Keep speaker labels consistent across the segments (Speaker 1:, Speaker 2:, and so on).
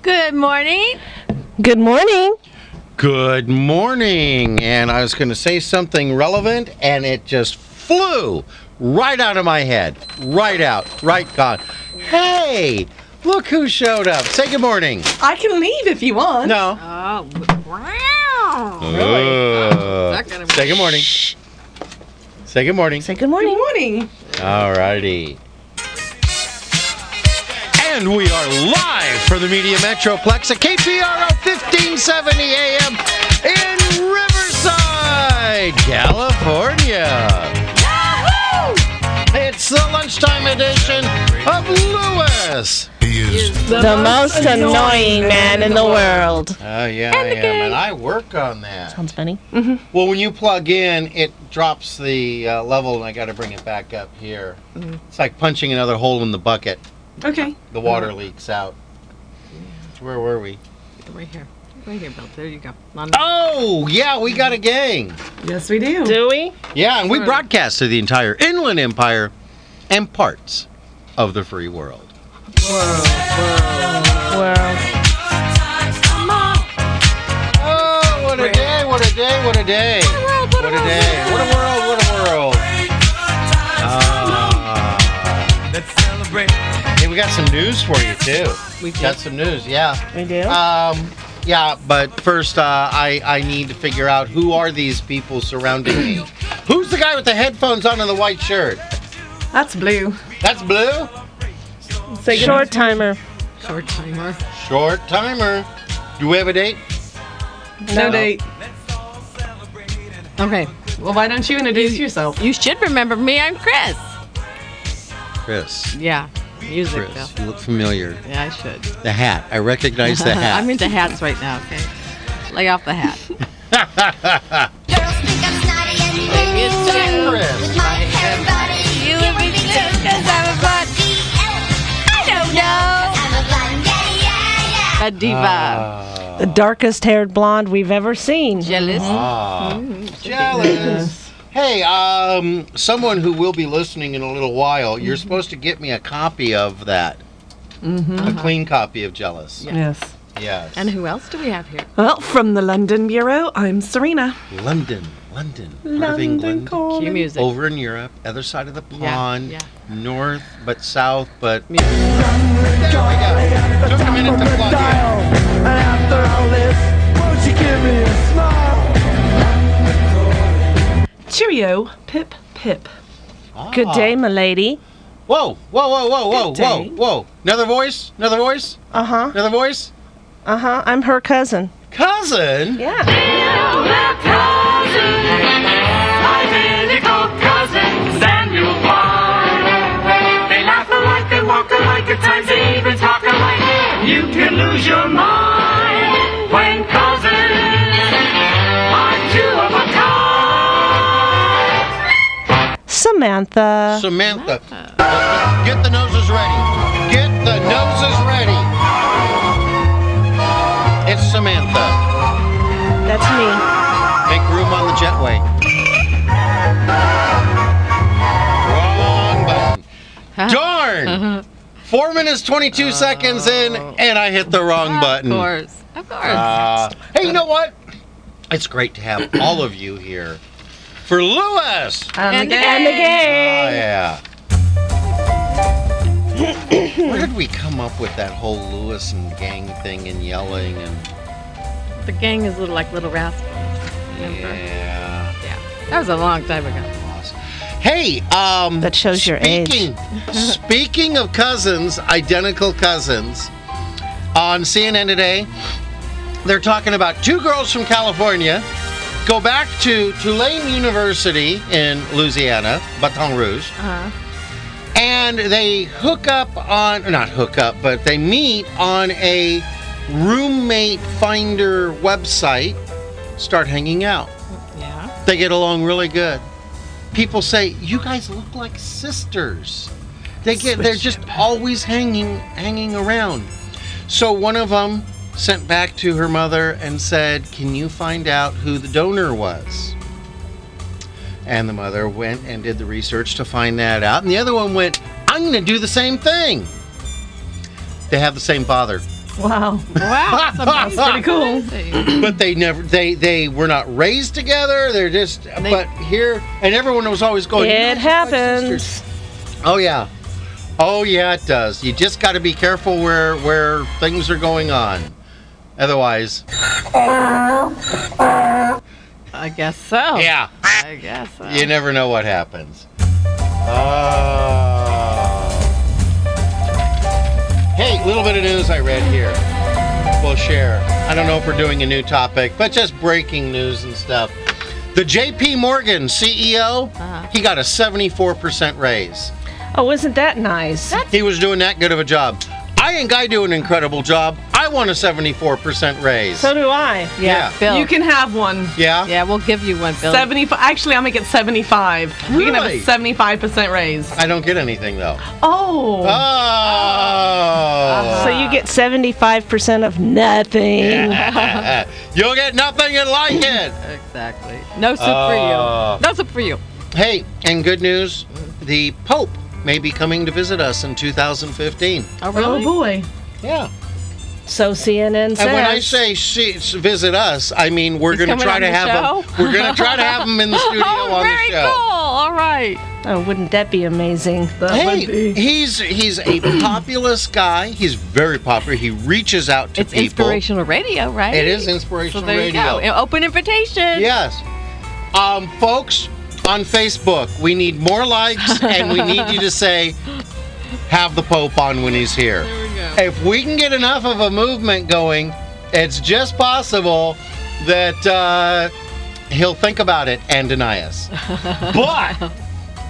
Speaker 1: Good morning.
Speaker 2: Good morning.
Speaker 3: Good morning. And I was going to say something relevant, and it just flew right out of my head. Right out. Right gone. Hey, look who showed up. Say good morning.
Speaker 2: I can leave if you want.
Speaker 3: No.
Speaker 1: Oh, wow.
Speaker 3: Uh,
Speaker 1: Not gonna-
Speaker 3: say good morning. Say good morning.
Speaker 2: Say good morning.
Speaker 4: Good morning.
Speaker 3: All righty. And we are live for the Media Metroplex at KPRO 1570 AM in Riverside, California. It's the lunchtime edition of Lewis.
Speaker 2: The, most annoying man in the world.
Speaker 3: Oh, yeah, I am. And I work on that.
Speaker 2: Sounds funny.
Speaker 3: Well, when you plug in, it drops the uh, level, and I got to bring it back up here.
Speaker 2: Mm.
Speaker 3: It's like punching another hole in the bucket.
Speaker 4: Okay.
Speaker 3: The water leaks out. Where were we?
Speaker 1: Right here. Right here, Bill. There you go. On-
Speaker 3: Oh, yeah, we got a gang.
Speaker 4: Yes, we do.
Speaker 2: Do we?
Speaker 3: Yeah, and we broadcast to the entire Inland Empire and parts of the free world.
Speaker 2: World.
Speaker 3: Oh, what a day, what a day, what a day. What a day. What a world, what a world. Ah. Hey, we got some news for you, too. We got some news, yeah.
Speaker 2: We do.
Speaker 4: Uh,
Speaker 3: Um, yeah, but first, uh, I I need to figure out who are these people surrounding me. Who's the guy with the headphones on and the white shirt?
Speaker 4: That's blue.
Speaker 3: That's Blue.
Speaker 2: Say Short timer.
Speaker 1: Short timer.
Speaker 3: Short timer. Do we have a date?
Speaker 4: No, date.
Speaker 1: Okay.
Speaker 4: Well, why don't you introduce yourself?
Speaker 1: You should remember me. I'm Chris.
Speaker 3: Chris.
Speaker 1: Yeah. Music, Bill.
Speaker 3: Chris, you look familiar.
Speaker 1: Yeah, I should.
Speaker 3: The hat. I recognize the hat.
Speaker 1: I'm into hats right now, okay? Lay off the hat.
Speaker 5: Girls think I'm snotty and mean
Speaker 3: Chris.
Speaker 5: with my hair and body. You would be too, cause I'm a blonde. I don't know. I'm a blonde, yeah, yeah, yeah.
Speaker 3: Uh,
Speaker 1: A diva.
Speaker 2: The darkest haired blonde we've ever seen.
Speaker 1: Jealous.
Speaker 3: uh, Ah, Jealous. Hey, um, someone who will be listening in a little while, you're
Speaker 1: Mm-hmm.
Speaker 3: supposed to get me a copy of that. A clean copy of Jealous.
Speaker 4: Yes.
Speaker 3: Yes.
Speaker 1: And who else do we have here?
Speaker 4: Well, from the London Bureau, I'm Serena.
Speaker 3: London, London, part of England.
Speaker 1: Cue music.
Speaker 3: Over in Europe, other side of the pond,
Speaker 1: yeah.
Speaker 3: north but south, but
Speaker 1: Music.
Speaker 3: there we go. Took a minute to plug in.
Speaker 4: Cheerio, Pip, Pip.
Speaker 2: Good day, milady.
Speaker 3: Ah. Whoa, whoa, whoa, whoa, whoa,
Speaker 4: Good
Speaker 3: whoa,
Speaker 4: day.
Speaker 3: whoa. Another voice, another voice,
Speaker 2: Uh
Speaker 4: Uh-huh.
Speaker 2: huh.
Speaker 3: another voice.
Speaker 2: Uh huh. I'm her cousin.
Speaker 3: Cousin?
Speaker 2: Yeah.
Speaker 6: identical cousin Samuel Barr. They laugh alike, they walk alike, at times they even talk alike. You can lose your mind when cousins are two of a kind.
Speaker 2: Samantha.
Speaker 3: Samantha. Get the noses ready. Get the noses ready. It's Samantha.
Speaker 2: That's me.
Speaker 3: Make room on the jetway. Wrong button.
Speaker 1: Uh-huh.
Speaker 3: Darn! Four minutes, 22 seconds in, and I hit the wrong button.
Speaker 1: Of course. Of course.
Speaker 3: Uh, hey, you know what? It's great to have all of you here for Lewis.
Speaker 1: and again.
Speaker 3: Oh, yeah. Where did we come up with that whole Lewis and gang thing and yelling and
Speaker 1: The gang is little, like little rascals. Remember?
Speaker 3: yeah?
Speaker 1: That was a long time ago.
Speaker 3: awesome. Hey, um,
Speaker 2: That shows your age.
Speaker 3: speaking, age. speaking of cousins, identical cousins, on CNN today, they're talking about two girls from California go back to Tulane University in Louisiana, Baton Rouge.
Speaker 1: Uh-huh.
Speaker 3: and they hook up on not hook up but they meet on a roommate finder website start hanging out
Speaker 1: Yeah.
Speaker 3: they get along really good people say you guys look like sisters they get they're just always hanging hanging around so one of them sent back to her mother and said can you find out who the donor was and the mother went and did the research to find that out and the other one went i'm going to do the same thing they have the same father
Speaker 4: Wow.
Speaker 1: Wow, that's
Speaker 4: pretty cool.
Speaker 3: but they never they they were not raised together. They're just but here and everyone was always going. Oh, "You
Speaker 2: It
Speaker 3: guys look like sisters."
Speaker 2: happens.
Speaker 3: Oh yeah. Oh yeah, it does. You just got to be careful where where things are going on. Otherwise,
Speaker 1: I guess
Speaker 2: Oh.
Speaker 1: so.
Speaker 3: yeah,
Speaker 1: I guess so.
Speaker 3: you never know what happens. Ah. Uh, hey, little bit of news I read here. We'll share. I don't know if we're doing a new topic, but just breaking news and stuff. The J.P. Morgan CEO,
Speaker 1: Uh-huh.
Speaker 3: he got a 74% raise.
Speaker 2: Oh, isn't that nice?
Speaker 3: he was doing that good of a job. I think I do an incredible job. I want a 74% raise.
Speaker 2: So do I.
Speaker 1: yeah,
Speaker 3: yeah.
Speaker 1: Bill.
Speaker 4: You can have one.
Speaker 3: yeah?
Speaker 1: yeah, we'll give you one, Bill.
Speaker 4: 75. Actually, I'll make it 75. We can have
Speaker 3: Really?
Speaker 4: a 75% raise.
Speaker 3: I don't get anything though.
Speaker 4: Oh.
Speaker 3: Oh.
Speaker 2: So you get 75% of nothing.
Speaker 3: You'll get nothing and like it.
Speaker 1: Exactly. No soup
Speaker 3: Oh.
Speaker 1: for you. No soup for you.
Speaker 3: Hey, and good news the Pope may be coming to visit us in 2015.
Speaker 1: Oh,
Speaker 4: Oh boy.
Speaker 3: Yeah.
Speaker 2: So CNN says.
Speaker 3: And when I say she, s- visit us, I mean we're
Speaker 1: He's
Speaker 3: going to
Speaker 1: coming
Speaker 3: try
Speaker 1: on
Speaker 3: to
Speaker 1: the
Speaker 3: have him.
Speaker 1: show?
Speaker 3: We're going to try to have him in the studio
Speaker 1: Oh,
Speaker 3: on
Speaker 1: very
Speaker 3: the show.
Speaker 1: cool. All right.
Speaker 2: Oh, wouldn't that be amazing?
Speaker 4: That would
Speaker 3: Hey,
Speaker 4: be.
Speaker 3: he's he's a populous guy. He's very popular. He reaches out to
Speaker 1: It's
Speaker 3: people.
Speaker 1: inspirational radio, right?
Speaker 3: It is
Speaker 1: So
Speaker 3: inspirational
Speaker 1: there
Speaker 3: radio.
Speaker 1: you go. Open invitation.
Speaker 3: Yes. Um, folks on Facebook, we need more likes, and we need you to say, "Have the Pope on when he's here."
Speaker 1: There we go.
Speaker 3: If we can get enough of a movement going, it's just possible that uh, he'll think about it and deny us. but,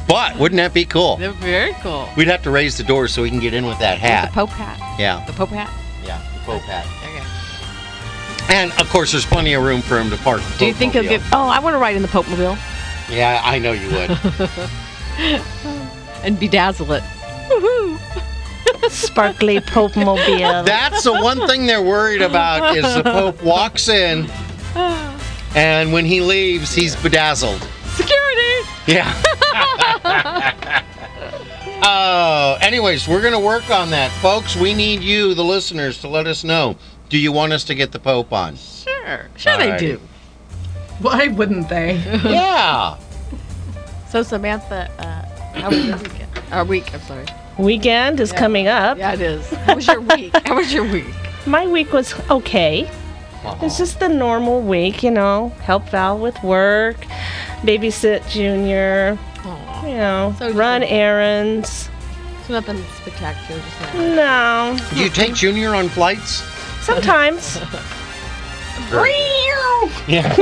Speaker 3: but wouldn't that be cool?
Speaker 1: They're very cool.
Speaker 3: We'd have to raise the door so he can get in with that
Speaker 1: The
Speaker 3: hat.
Speaker 1: Pope hat.
Speaker 3: Yeah,
Speaker 1: The Pope hat.
Speaker 3: yeah, the Pope hat.
Speaker 1: Okay.
Speaker 3: And of course, there's plenty of room for him to park. the
Speaker 1: Do you think he'll
Speaker 3: Popemobile.
Speaker 1: get? Oh, I want to ride in the Pope mobile
Speaker 3: Yeah, I know you would.
Speaker 1: and bedazzle it. Woohoo!
Speaker 2: Sparkly Pope Mobile.
Speaker 3: That's the one thing they're worried about is the Pope walks in, and when he leaves, he's bedazzled.
Speaker 1: Security.
Speaker 3: Yeah. Oh, anyways, we're gonna work on that, folks. We need you, the listeners, to let us know. Do you want us to get the Pope on?
Speaker 1: Sure. Sure
Speaker 3: Alrighty.
Speaker 1: they do.
Speaker 4: Why wouldn't they?
Speaker 3: Yeah.
Speaker 1: So Samantha, uh, how was your weekend? Our week. I'm sorry.
Speaker 2: Weekend is
Speaker 1: Yeah.
Speaker 2: coming up.
Speaker 1: Yeah, it is. How was your week? How was your week?
Speaker 2: My week was okay.
Speaker 1: Uh-huh.
Speaker 2: It's just the normal week, you know. Help Val with work, babysit Junior,
Speaker 1: Aw,
Speaker 2: you know,
Speaker 1: So
Speaker 2: run
Speaker 1: cute.
Speaker 2: errands.
Speaker 1: it's nothing spectacular. Just now.
Speaker 2: No,
Speaker 3: Do you take Junior on flights?
Speaker 2: sometimes
Speaker 3: Yeah.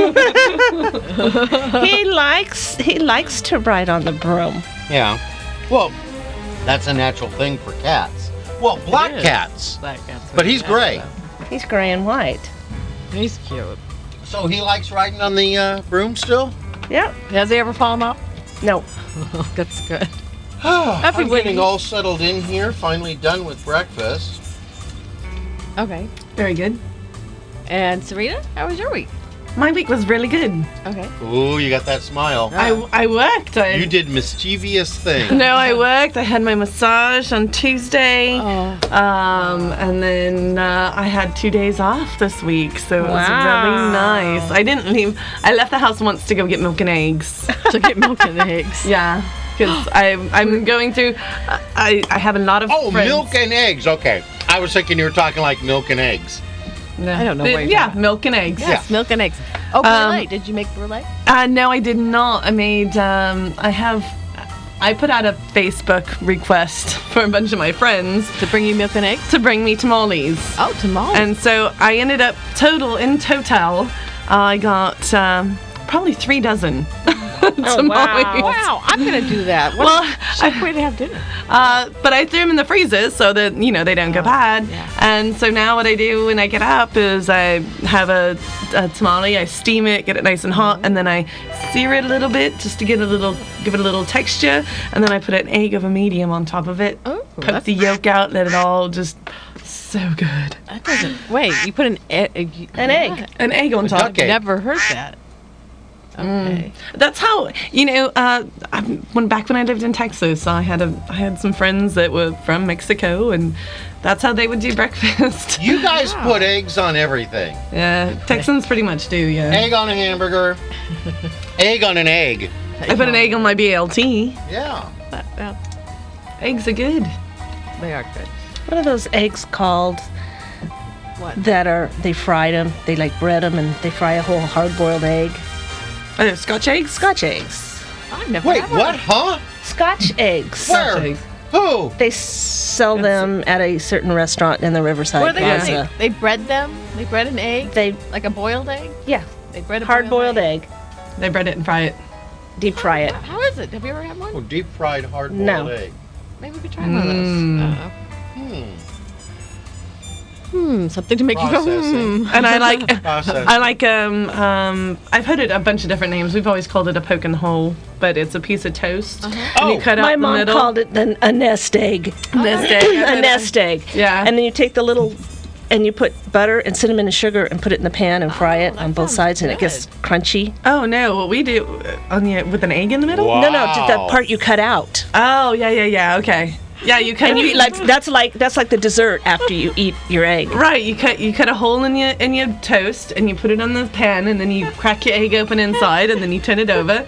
Speaker 2: he likes he likes to ride on the broom.
Speaker 3: Yeah. Well, that's a natural thing for cats. Well, black
Speaker 1: It is.
Speaker 3: cats.
Speaker 1: Black cat's
Speaker 3: But he's gray.
Speaker 2: He's gray and white.
Speaker 1: He's cute.
Speaker 3: So he likes riding on the uh, broom still?
Speaker 2: Yep.
Speaker 1: Has he ever fallen off?
Speaker 2: No.
Speaker 1: That's good.
Speaker 3: Oh, I'm
Speaker 1: Everybody-
Speaker 3: getting all settled in here, finally done with breakfast.
Speaker 1: Okay.
Speaker 4: Very good.
Speaker 1: And Serena, how was your week?
Speaker 4: My week was really good.
Speaker 1: Okay.
Speaker 3: Ooh, you got that smile.
Speaker 4: I, I worked. I,
Speaker 3: You did mischievous thing.
Speaker 4: Oh. No, I worked. I had my massage on Tuesday.
Speaker 1: Oh,
Speaker 4: Um, and then uh, I had two days off this week, so it was really nice. I didn't leave. I left the house once to go get milk and eggs.
Speaker 1: to get milk and eggs.
Speaker 4: Yeah, because I'm I'm going through. uh, I I have a lot of
Speaker 3: Oh,
Speaker 4: friends.
Speaker 3: milk and eggs. Okay. I was thinking you were talking like milk and eggs.
Speaker 4: No.
Speaker 1: I don't know
Speaker 4: But
Speaker 1: where you're
Speaker 4: yeah,
Speaker 1: at.
Speaker 4: milk and eggs.
Speaker 1: Yes, milk and eggs. Oh,
Speaker 4: Um,
Speaker 1: brulee. Did you make brulee?
Speaker 4: Uh, no, I did not. I made. Um, I have. I put out a Facebook request for a bunch of my friends
Speaker 1: To bring you milk and eggs?
Speaker 4: to bring me tamales.
Speaker 1: Oh, tomorrow.
Speaker 4: And so I ended up total in total, I got um, probably three dozen tamales.
Speaker 1: Oh, wow, I'm gonna do that. What
Speaker 4: Well,
Speaker 1: a chic way to have dinner.
Speaker 4: Uh, but I threw them in the freezer so that you know they don't go bad.
Speaker 1: Oh, yeah.
Speaker 4: And so now what I do when I get up is I have a, a tamale, I steam it, get it nice and hot, and then I sear it a little bit just to get a little, give it a little texture, and then I put an egg of a medium on top of it.
Speaker 1: Oh,
Speaker 4: poke
Speaker 1: that's-
Speaker 4: the yolk out, let it all just so good.
Speaker 1: That doesn't. Wait, you put an egg.
Speaker 2: An egg.
Speaker 4: An egg on top.
Speaker 3: duck egg.
Speaker 1: Never heard that. Okay.
Speaker 4: That's how you know. Uh, I, when back when I lived in Texas, I had a I had some friends that were from Mexico, and That's how they would do breakfast.
Speaker 3: You guys put eggs on everything.
Speaker 4: yeah, Texans pretty much do. Yeah,
Speaker 3: Egg on a hamburger. egg on an egg.
Speaker 4: I put an egg on my BLT.
Speaker 3: Yeah.
Speaker 1: But, well,
Speaker 4: Eggs are good.
Speaker 1: they are good.
Speaker 2: What are those eggs called?
Speaker 1: What?
Speaker 2: That are they fried them? They like bread them and they fry a whole hard-boiled egg.
Speaker 4: Are there Scotch eggs?
Speaker 2: Oh, Scotch eggs.
Speaker 1: I've never
Speaker 3: Wait,
Speaker 1: had one.
Speaker 3: what? Huh?
Speaker 2: Scotch eggs.
Speaker 3: Where?
Speaker 4: eggs.
Speaker 3: Who?
Speaker 2: They sell them at a certain restaurant in the Riverside
Speaker 1: What are they?
Speaker 2: Plaza.
Speaker 1: They, they bread them. They bread an egg,
Speaker 2: They
Speaker 1: like a boiled egg.
Speaker 2: yeah,
Speaker 1: They bread a
Speaker 2: hard-boiled egg.
Speaker 4: They bread it and fry it.
Speaker 2: Deep fry it.
Speaker 1: How is it? Have you ever had
Speaker 3: Oh,
Speaker 1: one?
Speaker 3: deep fried hard boiled
Speaker 2: No.
Speaker 3: egg.
Speaker 1: Maybe we could try one of those.
Speaker 4: Mm.
Speaker 1: Uh,
Speaker 3: Hmm.
Speaker 1: hmm, something to make you go.
Speaker 3: Processing.
Speaker 1: Hmm.
Speaker 4: And I like,
Speaker 3: Processing.
Speaker 4: I like um um. I've heard it a bunch of different names. We've always called it a poke and hole, but it's a piece of toast. And
Speaker 3: Oh,
Speaker 4: you cut out
Speaker 2: Uh-huh. My
Speaker 4: the
Speaker 2: mom
Speaker 4: middle.
Speaker 2: called it an, a nest egg.
Speaker 4: Nest egg.
Speaker 2: a nest egg.
Speaker 4: Yeah.
Speaker 2: And then you take the little, and you put butter and cinnamon and sugar and put it in the pan and fry it
Speaker 1: that
Speaker 2: on both
Speaker 1: sounds
Speaker 2: sides, and it gets
Speaker 1: good.
Speaker 2: crunchy.
Speaker 4: Oh no, what we do uh, on the with an egg in the middle?
Speaker 3: Wow.
Speaker 2: No, no, just that part you cut out.
Speaker 4: Oh yeah yeah yeah okay. Yeah, you cut
Speaker 2: And you eat like that's like that's like the dessert after you eat your egg.
Speaker 4: Right, you cut you cut a hole in your in your toast and you put it on the pan and then you crack your egg open inside and then you turn it over.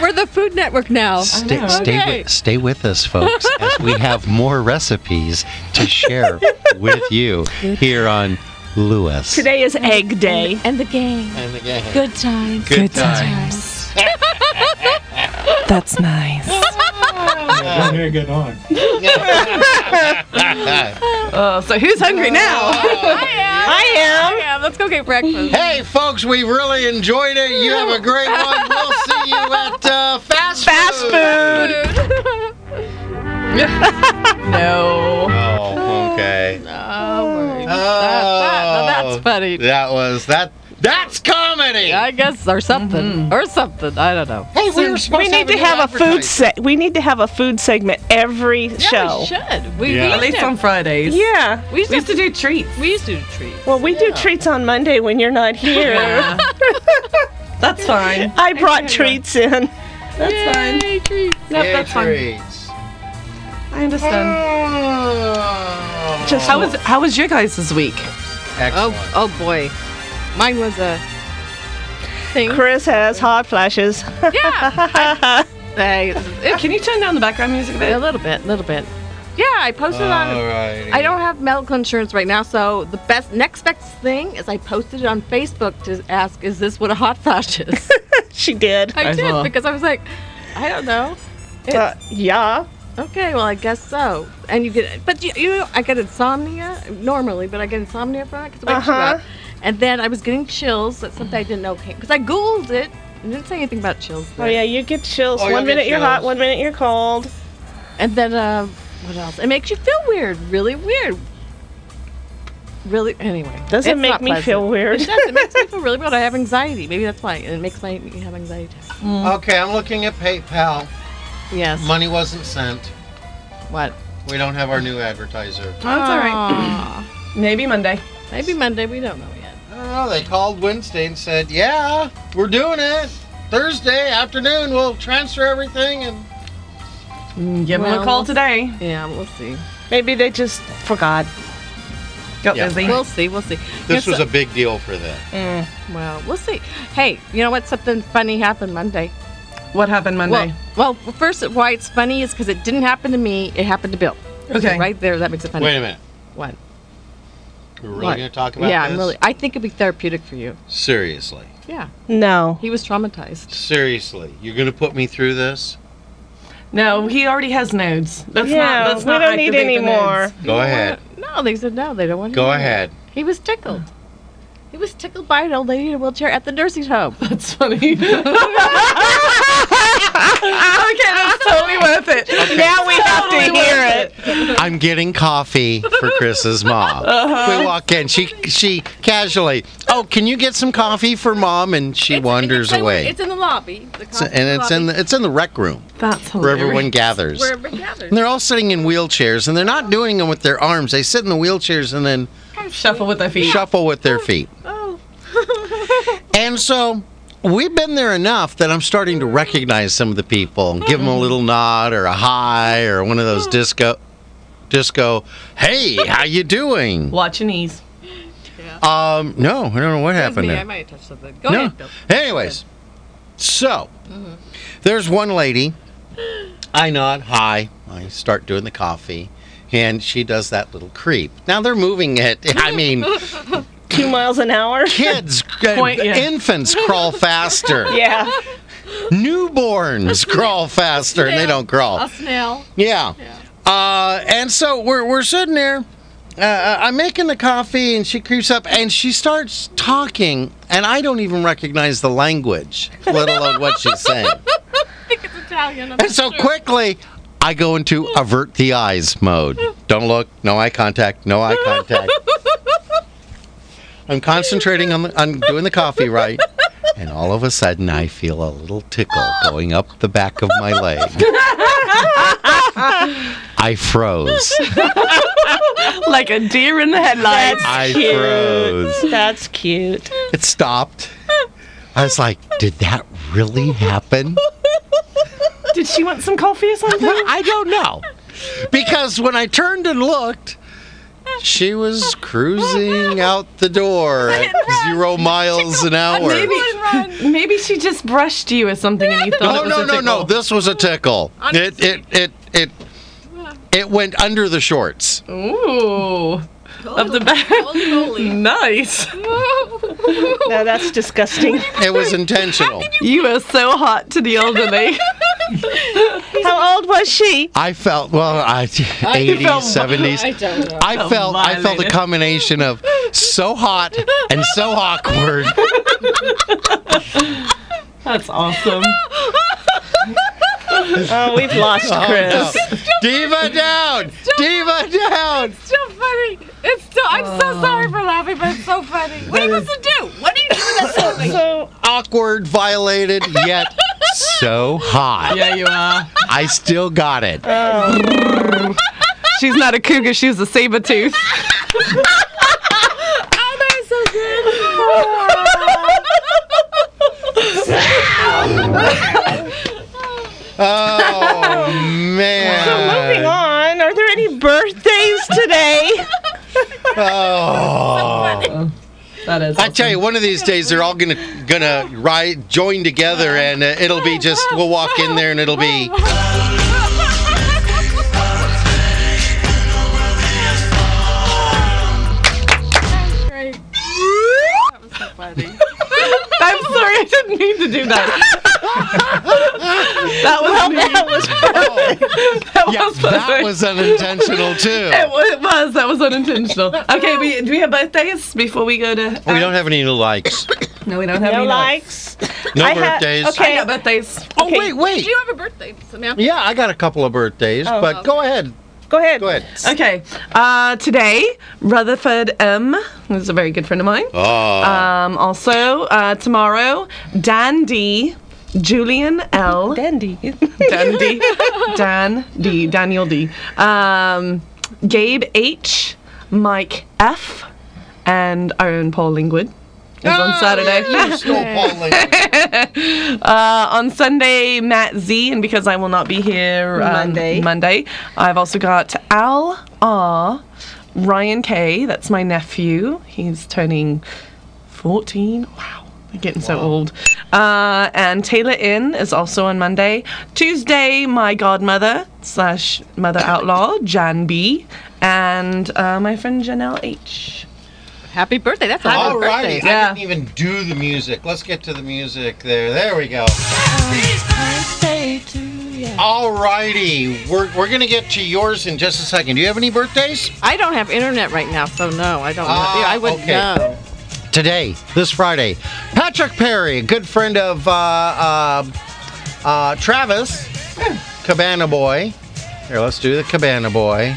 Speaker 1: We're the Food Network now.
Speaker 3: Stay,
Speaker 4: know.
Speaker 3: stay,
Speaker 1: Okay.
Speaker 3: with, stay with us, folks, as we have more recipes to share with you here on Lewis.
Speaker 2: Today is egg day.
Speaker 1: And the game.
Speaker 3: And again,
Speaker 1: Good times.
Speaker 3: good, time.
Speaker 4: That's nice.
Speaker 7: I'm here getting on.
Speaker 4: Oh, so who's hungry now?
Speaker 2: I am.
Speaker 1: Yeah, let's go get breakfast.
Speaker 3: hey, folks, we really enjoyed it. You have a great one. We'll see you at uh, Fast Food.
Speaker 4: Fast food. No.
Speaker 3: Oh, okay.
Speaker 1: oh, word.
Speaker 3: Oh.
Speaker 1: that- that's funny.
Speaker 3: That was that. That's comedy.
Speaker 1: I guess, or something. Or something. I don't know.
Speaker 3: hey, we were supposed
Speaker 2: We need to
Speaker 3: new
Speaker 2: have a food
Speaker 3: advertisement.
Speaker 2: se- We need to have a food segment every
Speaker 1: Yeah,
Speaker 2: show.
Speaker 1: we should. We,
Speaker 7: Yeah.
Speaker 1: we,
Speaker 4: At
Speaker 1: used
Speaker 4: least on
Speaker 1: to,
Speaker 4: Fridays.
Speaker 2: Yeah.
Speaker 1: we, used
Speaker 4: We used
Speaker 1: to,
Speaker 4: to do treats.
Speaker 1: we used to do treats.
Speaker 2: Well, we do treats on Monday when you're not here.
Speaker 4: Yeah. That's fine.
Speaker 2: I brought treats in.
Speaker 4: That's fine. Nope,
Speaker 3: Yay,
Speaker 4: that's fine.
Speaker 3: treats.
Speaker 4: I understand.
Speaker 3: Oh.
Speaker 2: Just
Speaker 4: How was how was your guys this week?
Speaker 3: Excellent.
Speaker 1: Oh, oh boy. Mine was a thing.
Speaker 2: Chris has hot flashes.
Speaker 1: Yeah. I,
Speaker 4: Can you turn down the background music a
Speaker 1: a
Speaker 4: bit?
Speaker 1: little bit, little bit. Yeah, I posted
Speaker 3: Oh,
Speaker 1: on.
Speaker 3: Alrighty.
Speaker 1: I don't have medical insurance right now, so the best next best thing is I posted it on Facebook to ask, "Is this what a hot flash is?"
Speaker 2: she did.
Speaker 1: I
Speaker 4: I
Speaker 1: did
Speaker 4: saw.
Speaker 1: because I was like, I don't know.
Speaker 2: Uh, yeah.
Speaker 1: Okay, well I guess so. And you get, but you, you I get insomnia normally, but I get insomnia from it because it wakes you
Speaker 2: Uh-huh.
Speaker 1: up. And then I was getting chills. That's something I didn't know came because I googled it. and didn't say anything about chills.
Speaker 2: Oh yeah, you get chills.
Speaker 3: Oh,
Speaker 2: One
Speaker 3: you'll get
Speaker 2: minute you're hot,
Speaker 3: chills.
Speaker 2: one minute you're cold.
Speaker 1: And then uh, what else? It makes you feel weird, really weird. Really, anyway.
Speaker 2: Doesn't
Speaker 1: it's
Speaker 2: make
Speaker 1: not
Speaker 2: me feel weird.
Speaker 1: It does. It makes me feel really weird. I have anxiety. Maybe that's why. And it makes my, me have anxiety. attacks.
Speaker 3: Okay, I'm looking at PayPal.
Speaker 1: Yes.
Speaker 3: Money wasn't sent.
Speaker 1: what?
Speaker 3: We don't have our new advertiser.
Speaker 4: Oh, that's all
Speaker 2: uh,
Speaker 4: right.
Speaker 1: Aw.
Speaker 4: Maybe Monday.
Speaker 1: Ah. Maybe Monday. We don't know yet.
Speaker 3: Oh, they called Wednesday and said, "Yeah, we're doing it. Thursday afternoon, we'll transfer everything." And
Speaker 4: Mm, Give them
Speaker 1: Well,
Speaker 4: a call
Speaker 1: we'll-
Speaker 4: today.
Speaker 1: Yeah, we'll see.
Speaker 2: Maybe they just forgot.
Speaker 4: Got
Speaker 3: Yeah.
Speaker 4: busy.
Speaker 1: We'll see. We'll see. Yes,
Speaker 3: this was
Speaker 1: uh,
Speaker 3: a big deal for them.
Speaker 1: Well, we'll see. Hey, you know what? Something funny happened Monday.
Speaker 4: What happened Monday?
Speaker 1: Well, well, first, why it's funny is because it didn't happen to me. It happened to Bill.
Speaker 4: okay.
Speaker 1: Right there, that makes it funny.
Speaker 3: Wait a minute.
Speaker 1: What?
Speaker 3: We're really
Speaker 1: What?
Speaker 3: going to talk about
Speaker 1: yeah,
Speaker 3: this?
Speaker 1: I'm really. I think it'd be therapeutic for you.
Speaker 3: Seriously.
Speaker 1: Yeah,
Speaker 2: No.
Speaker 1: he was traumatized.
Speaker 3: Seriously. You're going to put me through this?
Speaker 4: No, he already has nodes. That's
Speaker 2: Yeah,
Speaker 4: not. That's
Speaker 2: we
Speaker 4: not
Speaker 2: don't need
Speaker 4: activate
Speaker 2: any
Speaker 4: the
Speaker 2: more.
Speaker 4: nodes.
Speaker 3: Go ahead.
Speaker 1: No, they said no. They don't want. to
Speaker 3: Go
Speaker 1: hear it.
Speaker 3: ahead.
Speaker 1: He was tickled. He was tickled by an old lady in a wheelchair at the nursing home.
Speaker 4: That's funny. okay, that's totally worth it.
Speaker 2: Now we have to hear it.
Speaker 3: I'm getting coffee for Chris's mom.
Speaker 1: Uh-huh.
Speaker 3: We walk in. She she casually, "Oh, can you get some coffee for mom?" and she wanders
Speaker 1: it's,
Speaker 3: away.
Speaker 1: It's in the lobby. The
Speaker 3: It's- and it's in the it's in the rec room
Speaker 4: That's
Speaker 3: where
Speaker 4: hilarious.
Speaker 3: everyone gathers.
Speaker 1: where everybody gathers.
Speaker 3: And they're all sitting in wheelchairs, and they're not doing them with their arms. They sit in the wheelchairs and then
Speaker 4: shuffle with their feet.
Speaker 3: shuffle with their feet.
Speaker 1: Oh,
Speaker 3: And so we've been there enough that I'm starting to recognize some of the people, give them a little nod or a hi or one of those disco Just go, hey, how you doing?
Speaker 4: Watch your knees.
Speaker 3: Um, no, I don't know what
Speaker 1: That was
Speaker 3: happened
Speaker 1: me.
Speaker 3: there.
Speaker 1: I might have touched something. Go
Speaker 3: no.
Speaker 1: ahead, Bill.
Speaker 3: Anyways, so there's one lady. I nod hi. I start doing the coffee, and she does that little creep. Now they're moving it. I mean,
Speaker 2: Two miles an hour.
Speaker 3: kids, uh,
Speaker 4: Point, yeah.
Speaker 3: infants crawl faster.
Speaker 2: yeah.
Speaker 3: Newborns crawl faster, and they don't crawl.
Speaker 1: A snail.
Speaker 3: Yeah. Uh, and so we're, we're sitting there. Uh, I'm making the coffee, and she creeps up and she starts talking, and I don't even recognize the language, let alone what she's saying.
Speaker 1: Italian. I'm
Speaker 3: And so
Speaker 1: sure.
Speaker 3: quickly, I go into avert the eyes mode. Don't look, no eye contact, no eye contact. I'm concentrating on, the, on doing the coffee right, and all of a sudden, I feel a little tickle going up the back of my leg. I froze.
Speaker 4: Like a deer in the headlights.
Speaker 3: I
Speaker 2: Cute.
Speaker 3: froze.
Speaker 2: That's cute.
Speaker 3: It stopped. I was like, did that really happen?
Speaker 4: Did she want some coffee or something?
Speaker 3: Well, I don't know. Because when I turned and looked, she was cruising out the door at zero miles an hour.
Speaker 4: Maybe, maybe she just brushed you or something and you thought
Speaker 3: No,
Speaker 4: it was
Speaker 3: no,
Speaker 4: a
Speaker 3: no, no.
Speaker 4: tickle.
Speaker 3: This was a tickle. It, it, it, it, it went under the shorts.
Speaker 4: Ooh. Up the back. nice.
Speaker 2: No, that's disgusting.
Speaker 3: It was intentional.
Speaker 4: You are so hot to the elderly.
Speaker 2: How old was she?
Speaker 3: I felt well, I, 80s,
Speaker 4: felt-
Speaker 3: 70s.
Speaker 1: I don't know.
Speaker 3: I felt I felt a
Speaker 4: violated.
Speaker 3: combination of so hot and so awkward.
Speaker 4: That's awesome.
Speaker 2: Oh, we've lost Chris.
Speaker 3: Oh, no. Diva down, diva down.
Speaker 1: It's so funny. It's so. I'm so sorry for laughing, but it's so funny. What are you supposed to do? What do you do with that thing?
Speaker 2: So
Speaker 3: Awkward, violated, yet so hot.
Speaker 4: Yeah, you are.
Speaker 3: I still got it.
Speaker 4: She's not a cougar, she's a saber tooth.
Speaker 3: Oh
Speaker 2: moving
Speaker 3: man.
Speaker 2: on. Are there any birthdays today?
Speaker 3: Oh.
Speaker 4: That is.
Speaker 3: I tell you, one of these days they're all gonna gonna ride, join together, and uh, it'll be just we'll walk in there and it'll be.
Speaker 1: Great. That was so funny.
Speaker 4: I'm sorry, I didn't mean to do that. that was
Speaker 2: That was
Speaker 4: that
Speaker 3: Yeah,
Speaker 4: was
Speaker 3: oh, that
Speaker 4: perfect.
Speaker 3: was unintentional too.
Speaker 4: It wa- it was. That was unintentional. Okay, we, do we have birthdays before we go to? um,
Speaker 3: We don't have any likes,
Speaker 4: No, we don't have
Speaker 2: no
Speaker 4: any
Speaker 2: likes.
Speaker 3: no
Speaker 2: I ha-
Speaker 3: birthdays.
Speaker 4: I
Speaker 2: okay.
Speaker 4: got birthdays.
Speaker 3: Oh
Speaker 2: Okay.
Speaker 3: wait, wait.
Speaker 1: Do you have a birthday, Samantha?
Speaker 3: Yeah, I got a couple of birthdays,
Speaker 2: Oh.
Speaker 3: but go ahead.
Speaker 2: Go ahead.
Speaker 3: Go ahead.
Speaker 4: Okay, uh, today Rutherford M is a very good friend of mine.
Speaker 3: Oh.
Speaker 4: Um, also uh, tomorrow, Dan D, Julian L,
Speaker 2: Dandy.
Speaker 4: Dan D, Dan D, Daniel D, um, Gabe H, Mike F, and our own Paul Lingwood is
Speaker 2: Oh,
Speaker 4: on Saturday. Uh, on Sunday, Matt Z, and because I will not be here um,
Speaker 2: Monday.
Speaker 4: Monday, I've also got Al R, Ryan K. That's my nephew. He's turning fourteen. Wow, they're getting so old. Uh, and Taylor In is also on Monday. Tuesday, my godmother slash mother outlaw Jan B, and uh, my friend Janelle H.
Speaker 1: Happy birthday. That's a lot
Speaker 3: All
Speaker 1: of
Speaker 3: righty.
Speaker 1: birthdays.
Speaker 4: Yeah.
Speaker 3: I didn't even do the music. Let's get to the music there. There we go. All righty. We're, we're going to get to yours in just a second. Do you have any birthdays?
Speaker 1: I don't have internet right now, so no, I don't.
Speaker 3: Ah,
Speaker 1: know. Yeah, I wouldn't
Speaker 3: okay.
Speaker 1: know.
Speaker 3: Today, this Friday, Patrick Perry, a good friend of uh, uh, uh, Travis, Cabana Boy. Here, let's do the Cabana Boy.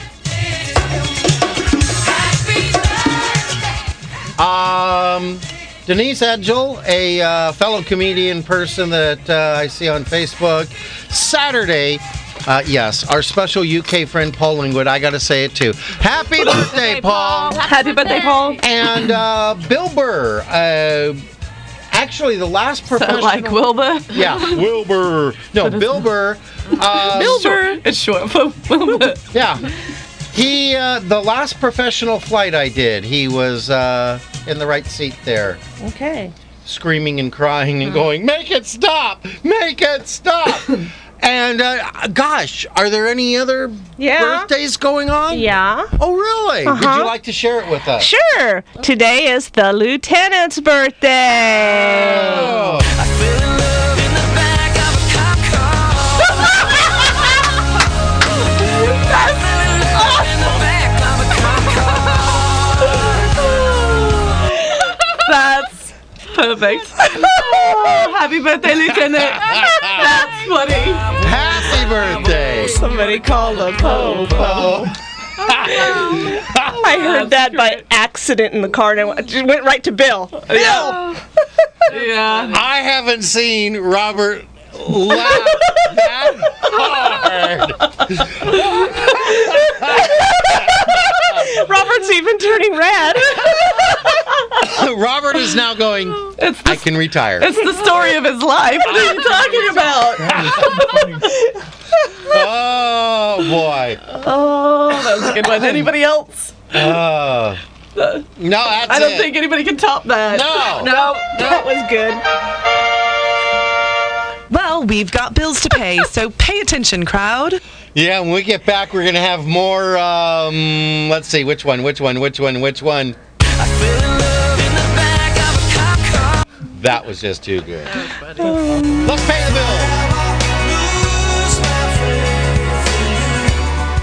Speaker 3: Um, Denise Edgel, a uh, fellow comedian person that uh, I see on Facebook, Saturday. Uh, yes, our special UK friend Paul Lingwood. I got to say it too. Happy birthday, Paul!
Speaker 4: Happy birthday, Paul!
Speaker 3: And uh, Bill Burr. Uh, actually, the last professional.
Speaker 4: Like Wilbur.
Speaker 3: yeah, Wilbur. No, Bill Burr. Uh,
Speaker 4: Wilbur. It's short for Wilbur.
Speaker 3: yeah. He, uh, the last professional flight I did, he was uh, in the right seat there,
Speaker 2: Okay.
Speaker 3: screaming and crying and going, "Make it stop! Make it stop!" and uh, gosh, are there any other
Speaker 2: Yeah.
Speaker 3: birthdays going on?
Speaker 2: Yeah.
Speaker 3: Oh, really? Would
Speaker 2: Uh-huh.
Speaker 3: you like to share it with us?
Speaker 2: Sure. Today is the lieutenant's birthday.
Speaker 3: Oh.
Speaker 2: That's
Speaker 8: Perfect. Oh, Happy birthday, Lieutenant. That's funny.
Speaker 3: Happy birthday!
Speaker 2: somebody called the Pope.
Speaker 3: Oh.
Speaker 2: I heard that by accident in the car and I went- just went right to Bill. Bill!
Speaker 8: Yeah.
Speaker 3: I haven't seen Robert laugh that hard.
Speaker 2: Robert's even turning red.
Speaker 3: Robert is now going, I can retire.
Speaker 8: It's the story of his life. What are you talking about?
Speaker 3: Oh, boy.
Speaker 8: Oh, that was a good one. Anybody else?
Speaker 3: Oh. No, that's
Speaker 8: I don't
Speaker 3: it.
Speaker 8: think anybody can top that.
Speaker 3: No.
Speaker 8: No.
Speaker 2: that was good.
Speaker 4: Well, we've got bills to pay, so pay attention, crowd.
Speaker 3: Yeah, when we get back, we're going to have more. Um, let's see, which one, which one, which one, which one. That was just too good. Let's pay the bill.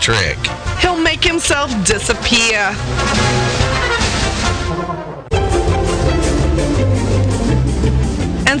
Speaker 3: trick.
Speaker 4: He'll make himself disappear. And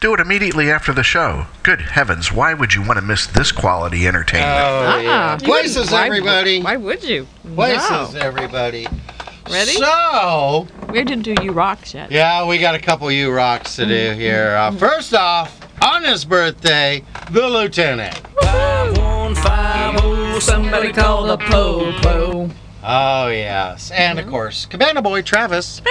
Speaker 9: Do it immediately after the show. Good heavens, why would you want to miss this quality entertainment?
Speaker 1: Ah, you
Speaker 3: Oh, Places,
Speaker 1: wouldn't- why-
Speaker 3: everybody.
Speaker 1: Why would you?
Speaker 3: Places,
Speaker 1: No.
Speaker 3: everybody.
Speaker 1: Ready?
Speaker 3: So,
Speaker 1: We didn't do you rocks yet.
Speaker 3: yeah, we got a couple U Rocks to do
Speaker 1: Mm-hmm.
Speaker 3: here. Uh, first off, on his birthday, the lieutenant.
Speaker 10: oh
Speaker 8: Somebody call the Popo.
Speaker 3: Oh, yes. And
Speaker 1: Mm-hmm.
Speaker 3: of course, Cabana Boy Travis.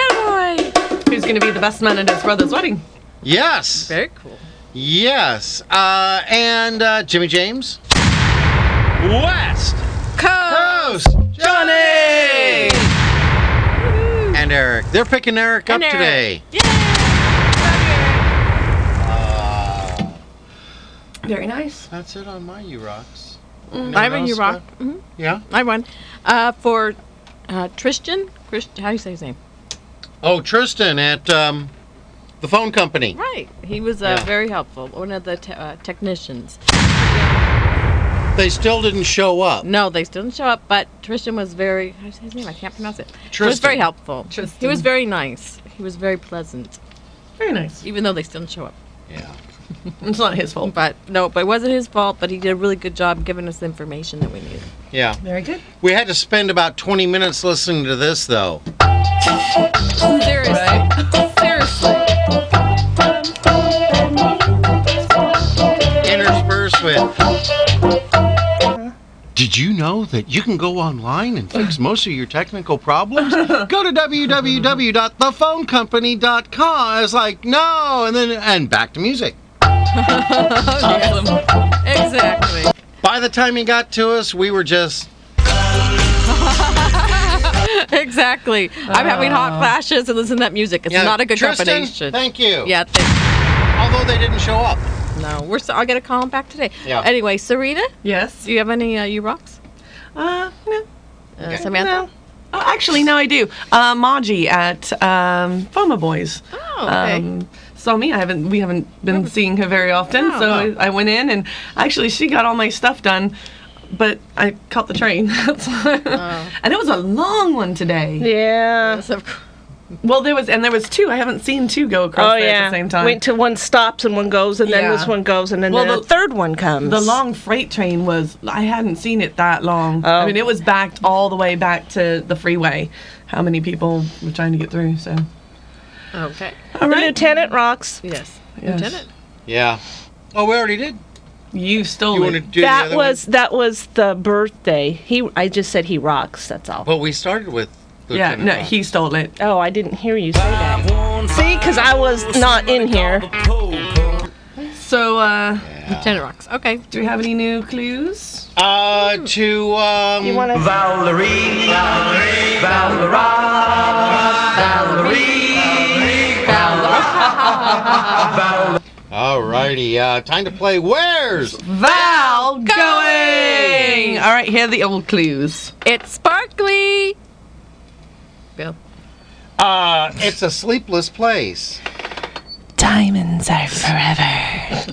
Speaker 8: Who's going to be the best man at his brother's wedding?
Speaker 3: Yes.
Speaker 1: Very cool.
Speaker 3: Yes. Uh, and uh, Jimmy James. West Coast. Johnny. And and Eric. They're picking Eric
Speaker 1: And
Speaker 3: up
Speaker 1: Eric.
Speaker 3: today.
Speaker 4: Very nice.
Speaker 3: That's it on my U Rocks.
Speaker 1: Mm. I won you rock. hmm
Speaker 3: Yeah.
Speaker 1: I won. Uh, for uh, Tristan, Christ- how do you say his name?
Speaker 3: Oh, Tristan at um, the phone company.
Speaker 1: Right. He was uh,
Speaker 3: Yeah.
Speaker 1: very helpful. One of the te- uh, technicians.
Speaker 3: They still didn't show up.
Speaker 1: No, they still didn't show up, but Tristan was very. How's his name? I can't pronounce it. He was
Speaker 3: Tristan.
Speaker 1: very helpful. He was
Speaker 4: Tristan.
Speaker 1: very nice. He was very pleasant.
Speaker 4: Very nice.
Speaker 1: Even though they still didn't show up.
Speaker 3: Yeah.
Speaker 4: It's not his fault.
Speaker 1: But no, but it wasn't his fault. But he did a really good job giving us the information that we needed.
Speaker 3: Yeah.
Speaker 4: Very good.
Speaker 3: We had to spend about 20 minutes listening to this, though.
Speaker 1: Seriously. Seriously.
Speaker 3: Interspersed with. Did you know that you can go online and fix most of your technical problems? Go to www.thephonecompany.com. It's like, no, and then and back to music.
Speaker 1: awesome. Exactly.
Speaker 3: By the time he got to us, we were just
Speaker 1: exactly. I'm having hot flashes and listen to that music. It's
Speaker 3: Yeah,
Speaker 1: not a good
Speaker 3: Tristan,
Speaker 1: combination.
Speaker 3: thank you.
Speaker 1: Yeah. Thank
Speaker 3: although they didn't show up.
Speaker 1: No, we're. So, I'll get a call back today.
Speaker 3: Yeah.
Speaker 1: Anyway, Serena,
Speaker 4: Yes.
Speaker 1: do you have any uh, you rocks?
Speaker 4: Uh, no.
Speaker 1: Uh, Samantha.
Speaker 4: No. Oh, actually, no, I do. Uh, Maji at um, Foma Boys.
Speaker 1: Oh, okay.
Speaker 4: Um, saw me. I haven't. We haven't been seeing her very often.
Speaker 1: Oh.
Speaker 4: so I, I went in, and actually, she got all my stuff done, but I caught the train. That's why. And it was a long one today.
Speaker 2: Oh. Yeah.
Speaker 1: Yes, of course.
Speaker 4: Well, there was, and there was two. I haven't seen two go across
Speaker 2: Oh
Speaker 4: there
Speaker 2: yeah.
Speaker 4: at the same time.
Speaker 2: Wait till one stops and one goes, and then
Speaker 4: Yeah.
Speaker 2: this one goes, and then,
Speaker 4: Well,
Speaker 2: the,
Speaker 4: the-
Speaker 2: third one comes.
Speaker 4: The long freight train was, I hadn't seen it that long. I
Speaker 2: Oh.
Speaker 4: mean, it was backed all the way back to the freeway. How many people were trying to get through? So,
Speaker 1: Okay.
Speaker 2: The lieutenant rocks.
Speaker 1: Yes.
Speaker 4: Yes.
Speaker 1: Lieutenant.
Speaker 3: Yeah. Oh, we already did.
Speaker 4: you stole
Speaker 3: You
Speaker 4: it.
Speaker 3: want to do the
Speaker 2: that
Speaker 3: other
Speaker 2: was that was the birthday. He. I just said he rocks. That's all.
Speaker 3: One? But we started with.
Speaker 4: yeah,
Speaker 3: Lieutenant
Speaker 4: no,
Speaker 3: Rock.
Speaker 4: he stole it.
Speaker 2: Oh, I didn't hear you say that. See, because I was not in here.
Speaker 10: oh
Speaker 4: So, uh,
Speaker 1: Lieutenant rocks. Okay.
Speaker 4: do we have any new clues?
Speaker 3: Uh, to um.
Speaker 2: You want to?
Speaker 3: Alrighty, uh, time to play. Where's
Speaker 4: Val going! All right, here are the old clues.
Speaker 1: It's sparkly. Bill.
Speaker 3: Uh, it's a sleepless place.
Speaker 4: Diamonds are forever.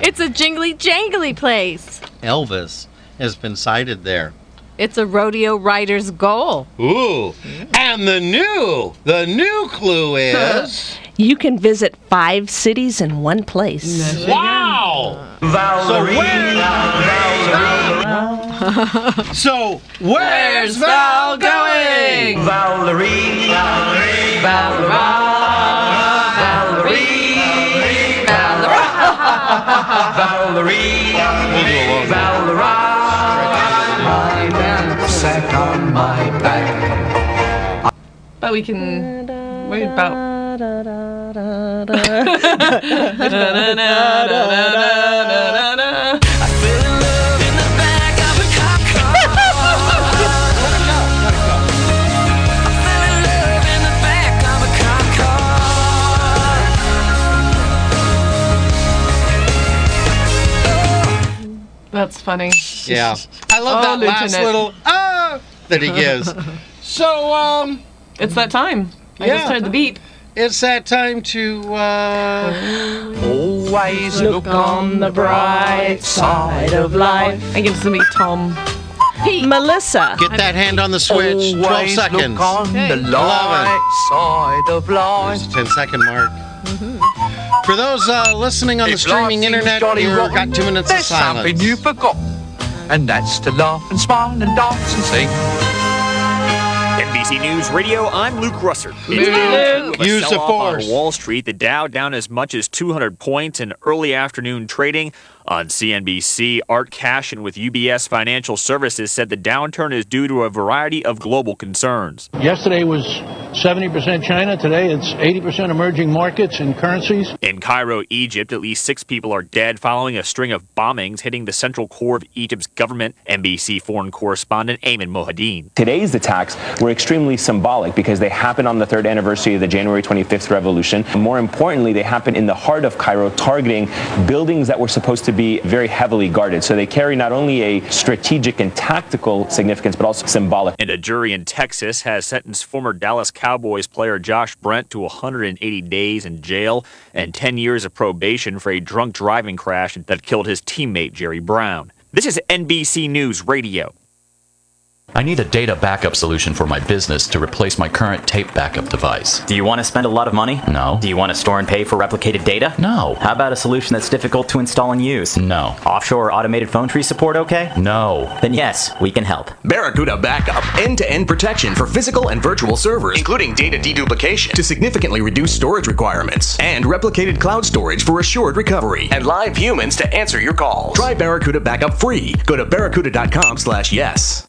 Speaker 1: It's a jingly jangly place.
Speaker 3: Elvis has been sighted there.
Speaker 1: It's a rodeo rider's goal.
Speaker 3: Ooh,
Speaker 4: Hmm.
Speaker 3: and the new, the new clue is
Speaker 2: You can visit five cities in one place.
Speaker 3: wow. Valerie. So where's so where's Val going? We'll do a long one.
Speaker 4: But we can. Wait about. That's funny.
Speaker 3: Yeah, I love
Speaker 4: Oh,
Speaker 3: that last
Speaker 4: Lieutenant.
Speaker 3: little ah that he gives. so um,
Speaker 4: It's that time. I just
Speaker 3: Yeah.
Speaker 4: heard the beep.
Speaker 3: it's that time to uh.
Speaker 4: Oh.
Speaker 2: Always look on the bright side of life.
Speaker 4: I get to meet Tom.
Speaker 2: Melissa.
Speaker 3: Get that hand on the switch. 12 seconds.
Speaker 1: the
Speaker 3: 11. There's a 10 second mark.
Speaker 1: Mm-hmm.
Speaker 3: For those uh, listening on the streaming internet, you've got two minutes of silence.
Speaker 10: forgot, and that's to laugh and smile and dance and sing.
Speaker 9: NBC News Radio, I'm Luke Russer. It's a
Speaker 3: Use the
Speaker 9: sell-off on
Speaker 3: force.
Speaker 9: Wall Street, the Dow down as much as 200 points in early afternoon trading. On CNBC, Art Cashin with UBS Financial Services said the downturn is due to a variety of global concerns.
Speaker 11: Yesterday was 70% China. Today it's 80% emerging markets and currencies.
Speaker 9: In Cairo, Egypt, at least six people are dead following a string of bombings hitting the central core of Egypt's government, NBC foreign correspondent Ayman Mohadeen.
Speaker 12: Today's attacks were extremely symbolic because they happened on the third anniversary of the January 25th revolution. More importantly, they happened in the heart of Cairo, targeting buildings that were supposed to be very heavily guarded. So they carry not only a strategic and tactical significance, but also symbolic.
Speaker 9: And a jury in Texas has sentenced former Dallas Cowboys player Josh Brent to 180 days in jail and 10 years of probation for a drunk driving crash that killed his teammate Jerry Brown. This is NBC News Radio.
Speaker 13: I need a data backup solution for my business to replace my current tape backup device.
Speaker 14: Do you want to spend a lot of money?
Speaker 13: No.
Speaker 14: Do you want to store and pay for replicated data?
Speaker 13: No.
Speaker 14: How about a solution that's difficult to install and use?
Speaker 13: No.
Speaker 14: Offshore or automated phone tree support okay?
Speaker 13: No.
Speaker 14: Then yes, we can help.
Speaker 15: Barracuda Backup. End to end protection for physical and virtual servers, including data deduplication, to significantly reduce storage requirements, and replicated cloud storage for assured recovery, and live humans to answer your calls. Try Barracuda Backup free. Go to barracuda.com slash yes.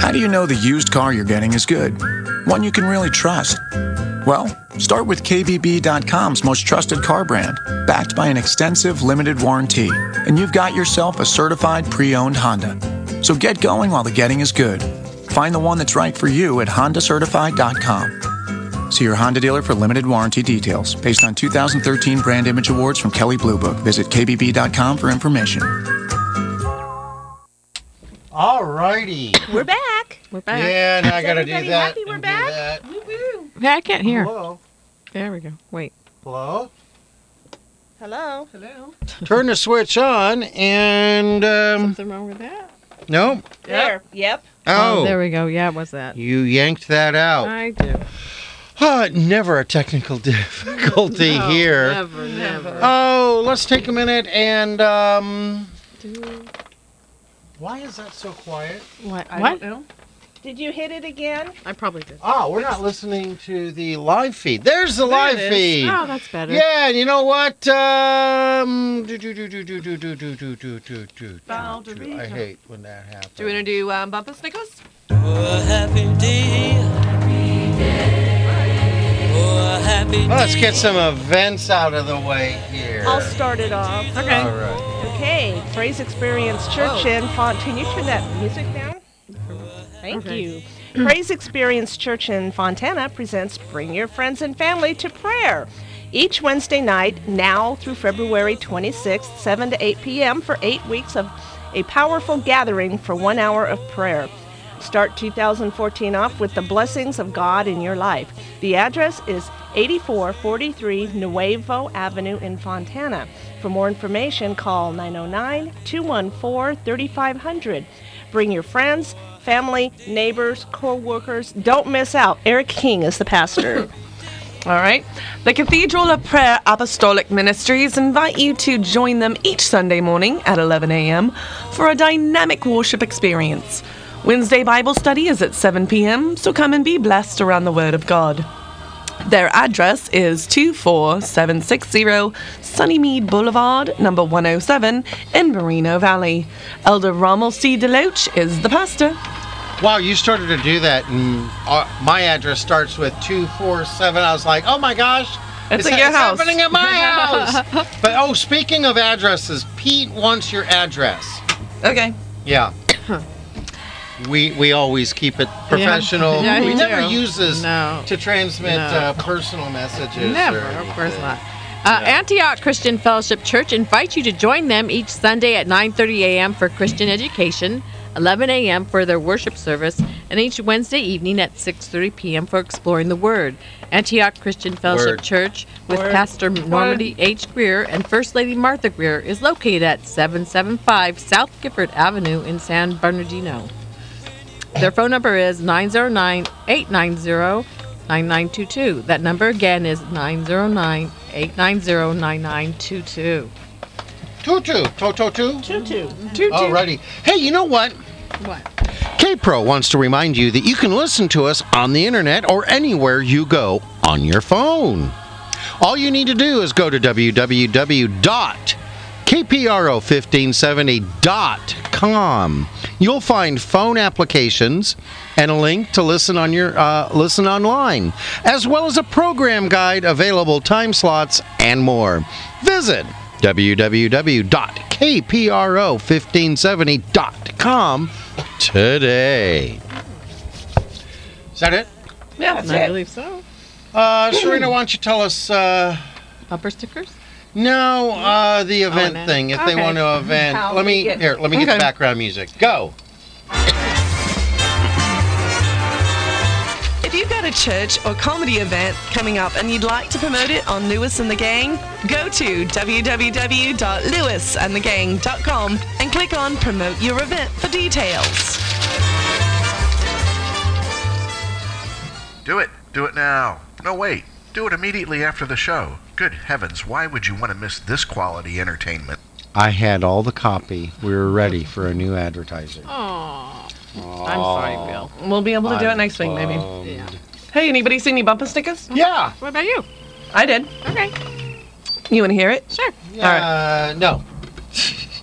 Speaker 8: How do you know the used car you're getting is good? One you can really trust? Well, start with KBB.com's most trusted car brand, backed by an extensive limited warranty, and you've got yourself a certified pre owned Honda. So get going while the getting is good. Find the one that's right for you at HondaCertified.com. See your Honda dealer for limited warranty details. Based on 2013 Brand Image Awards from Kelly Blue Book, visit KBB.com for information.
Speaker 3: All righty.
Speaker 1: We're back. We're back.
Speaker 3: Yeah, now I
Speaker 1: Is
Speaker 3: gotta do
Speaker 1: everybody
Speaker 3: that
Speaker 1: Happy we're
Speaker 3: and do
Speaker 1: back.
Speaker 3: that.
Speaker 1: Woo-hoo. Yeah, I can't hear.
Speaker 3: Hello.
Speaker 1: There we go. Wait.
Speaker 3: Hello.
Speaker 2: Hello. Hello.
Speaker 3: Turn the switch on and um,
Speaker 1: Something wrong with that?
Speaker 3: no.
Speaker 2: There. Yep.
Speaker 3: Oh,
Speaker 1: there we go. Yeah, it was that.
Speaker 3: you yanked that out.
Speaker 1: I do.
Speaker 3: Ah, never a technical difficulty
Speaker 1: No,
Speaker 3: here.
Speaker 1: Never, never.
Speaker 3: Oh, let's take a minute and um. Why is that so quiet?
Speaker 1: What?
Speaker 3: I
Speaker 1: What?
Speaker 3: don't know.
Speaker 2: Did you hit it again?
Speaker 1: I probably did.
Speaker 3: Ah, we're not listening to the live feed. There's the live
Speaker 1: it is.
Speaker 3: feed.
Speaker 1: Oh, that's better.
Speaker 3: Yeah, and you know what? Um, do do do do do do do do do do do do. do. I hate when that happens.
Speaker 1: Do you want to do um, Bumpus Nicholas?
Speaker 3: Well, let's get some events out of the way here.
Speaker 2: I'll start it off.
Speaker 3: Okay. All right.
Speaker 2: Okay. Praise Experience Church
Speaker 1: Oh.
Speaker 2: in Font. Can you turn that music down? Thank
Speaker 1: Okay.
Speaker 2: you. Praise Experience Church in Fontana presents Bring Your Friends and Family to Prayer. Each Wednesday night, now through February 26th, 7 to 8 p.m., for eight weeks of a powerful gathering for one hour of prayer. Start 2014 off with the blessings of God in your life. The address is 8443 Nuevo Avenue in Fontana. For more information, call 909 214 3500. Bring your friends, family, neighbors, co workers. Don't miss out. Eric King is the pastor.
Speaker 4: All right. The Cathedral of Prayer Apostolic Ministries invite you to join them each Sunday morning at 11 a.m. for a dynamic worship experience. Wednesday Bible study is at 7 p.m., so come and be blessed around the Word of God. Their address is 24760 Sunnymead Boulevard, number 107 in Moreno Valley. Elder Rommel C. DeLoach is the pastor.
Speaker 3: Wow, you started to do that, and uh, my address starts with two four seven. I was like, oh my gosh,
Speaker 4: It's
Speaker 3: it's,
Speaker 4: at your
Speaker 3: it's
Speaker 4: house.
Speaker 3: happening at my house. but oh, speaking of addresses, Pete wants your address.
Speaker 4: Okay.
Speaker 3: Yeah. We, we always keep it professional.
Speaker 1: Yeah,
Speaker 3: we
Speaker 1: you
Speaker 3: never
Speaker 1: do.
Speaker 3: use this
Speaker 1: No.
Speaker 3: to transmit
Speaker 1: No.
Speaker 3: uh, personal messages.
Speaker 1: Never,
Speaker 3: or
Speaker 1: of course
Speaker 3: anything.
Speaker 1: not. Uh, Antioch Christian Fellowship Church invites you to join them each Sunday at 9:30 a.m. for Christian education, 11 a.m. for their worship service, and each Wednesday evening at 6:30 p.m. for exploring the Word. Antioch Christian Fellowship
Speaker 16: Word.
Speaker 1: Church with
Speaker 16: Word.
Speaker 1: Pastor Normandy H. Greer and First Lady Martha Greer is located at 775 South Gifford Avenue in San Bernardino. Their phone number is 909 890 9922. That number again is 909 890 9922.
Speaker 3: Tutu, toto two.
Speaker 2: Tutu.
Speaker 1: Tutu.
Speaker 4: Oh,
Speaker 3: Alrighty. Hey, you know what?
Speaker 1: What?
Speaker 3: KPRO wants to remind you that you can listen to us on the internet or anywhere you go on your phone. All you need to do is go to www.kpro1570.com. You'll find phone applications and a link to listen on your uh, listen online, as well as a program guide, available time slots, and more. Visit www.kpro1570.com today. Is that it?
Speaker 2: Yeah,
Speaker 3: that's
Speaker 1: I
Speaker 3: it.
Speaker 1: believe so.
Speaker 3: Uh, Serena, why don't you tell us? Uh,
Speaker 1: Bumper stickers?
Speaker 3: No, uh, the event thing. If they
Speaker 1: Okay.
Speaker 3: want to event,
Speaker 1: How
Speaker 3: let
Speaker 1: we
Speaker 3: me
Speaker 1: get-
Speaker 3: here. Let me get
Speaker 1: Okay.
Speaker 3: the background music. Go.
Speaker 17: If you've got a church or comedy event coming up and you'd like to promote it on Lewis and the Gang, go to www.lewisandthegang.com and click on Promote Your Event for details.
Speaker 18: Do it. Do it now. No, wait. Do it immediately after the show. Good heavens, why would you want to miss this quality entertainment?
Speaker 3: I had all the copy. We were ready for a new advertiser.
Speaker 4: Aww.
Speaker 3: I'm sorry, Bill.
Speaker 4: We'll be able to do
Speaker 3: I'm
Speaker 4: it next week, maybe.
Speaker 3: bummed.
Speaker 4: Hey, anybody see any bumper stickers?
Speaker 3: Yeah.
Speaker 4: What about you? I did. Okay. You want to hear it? Sure.
Speaker 3: Uh, no.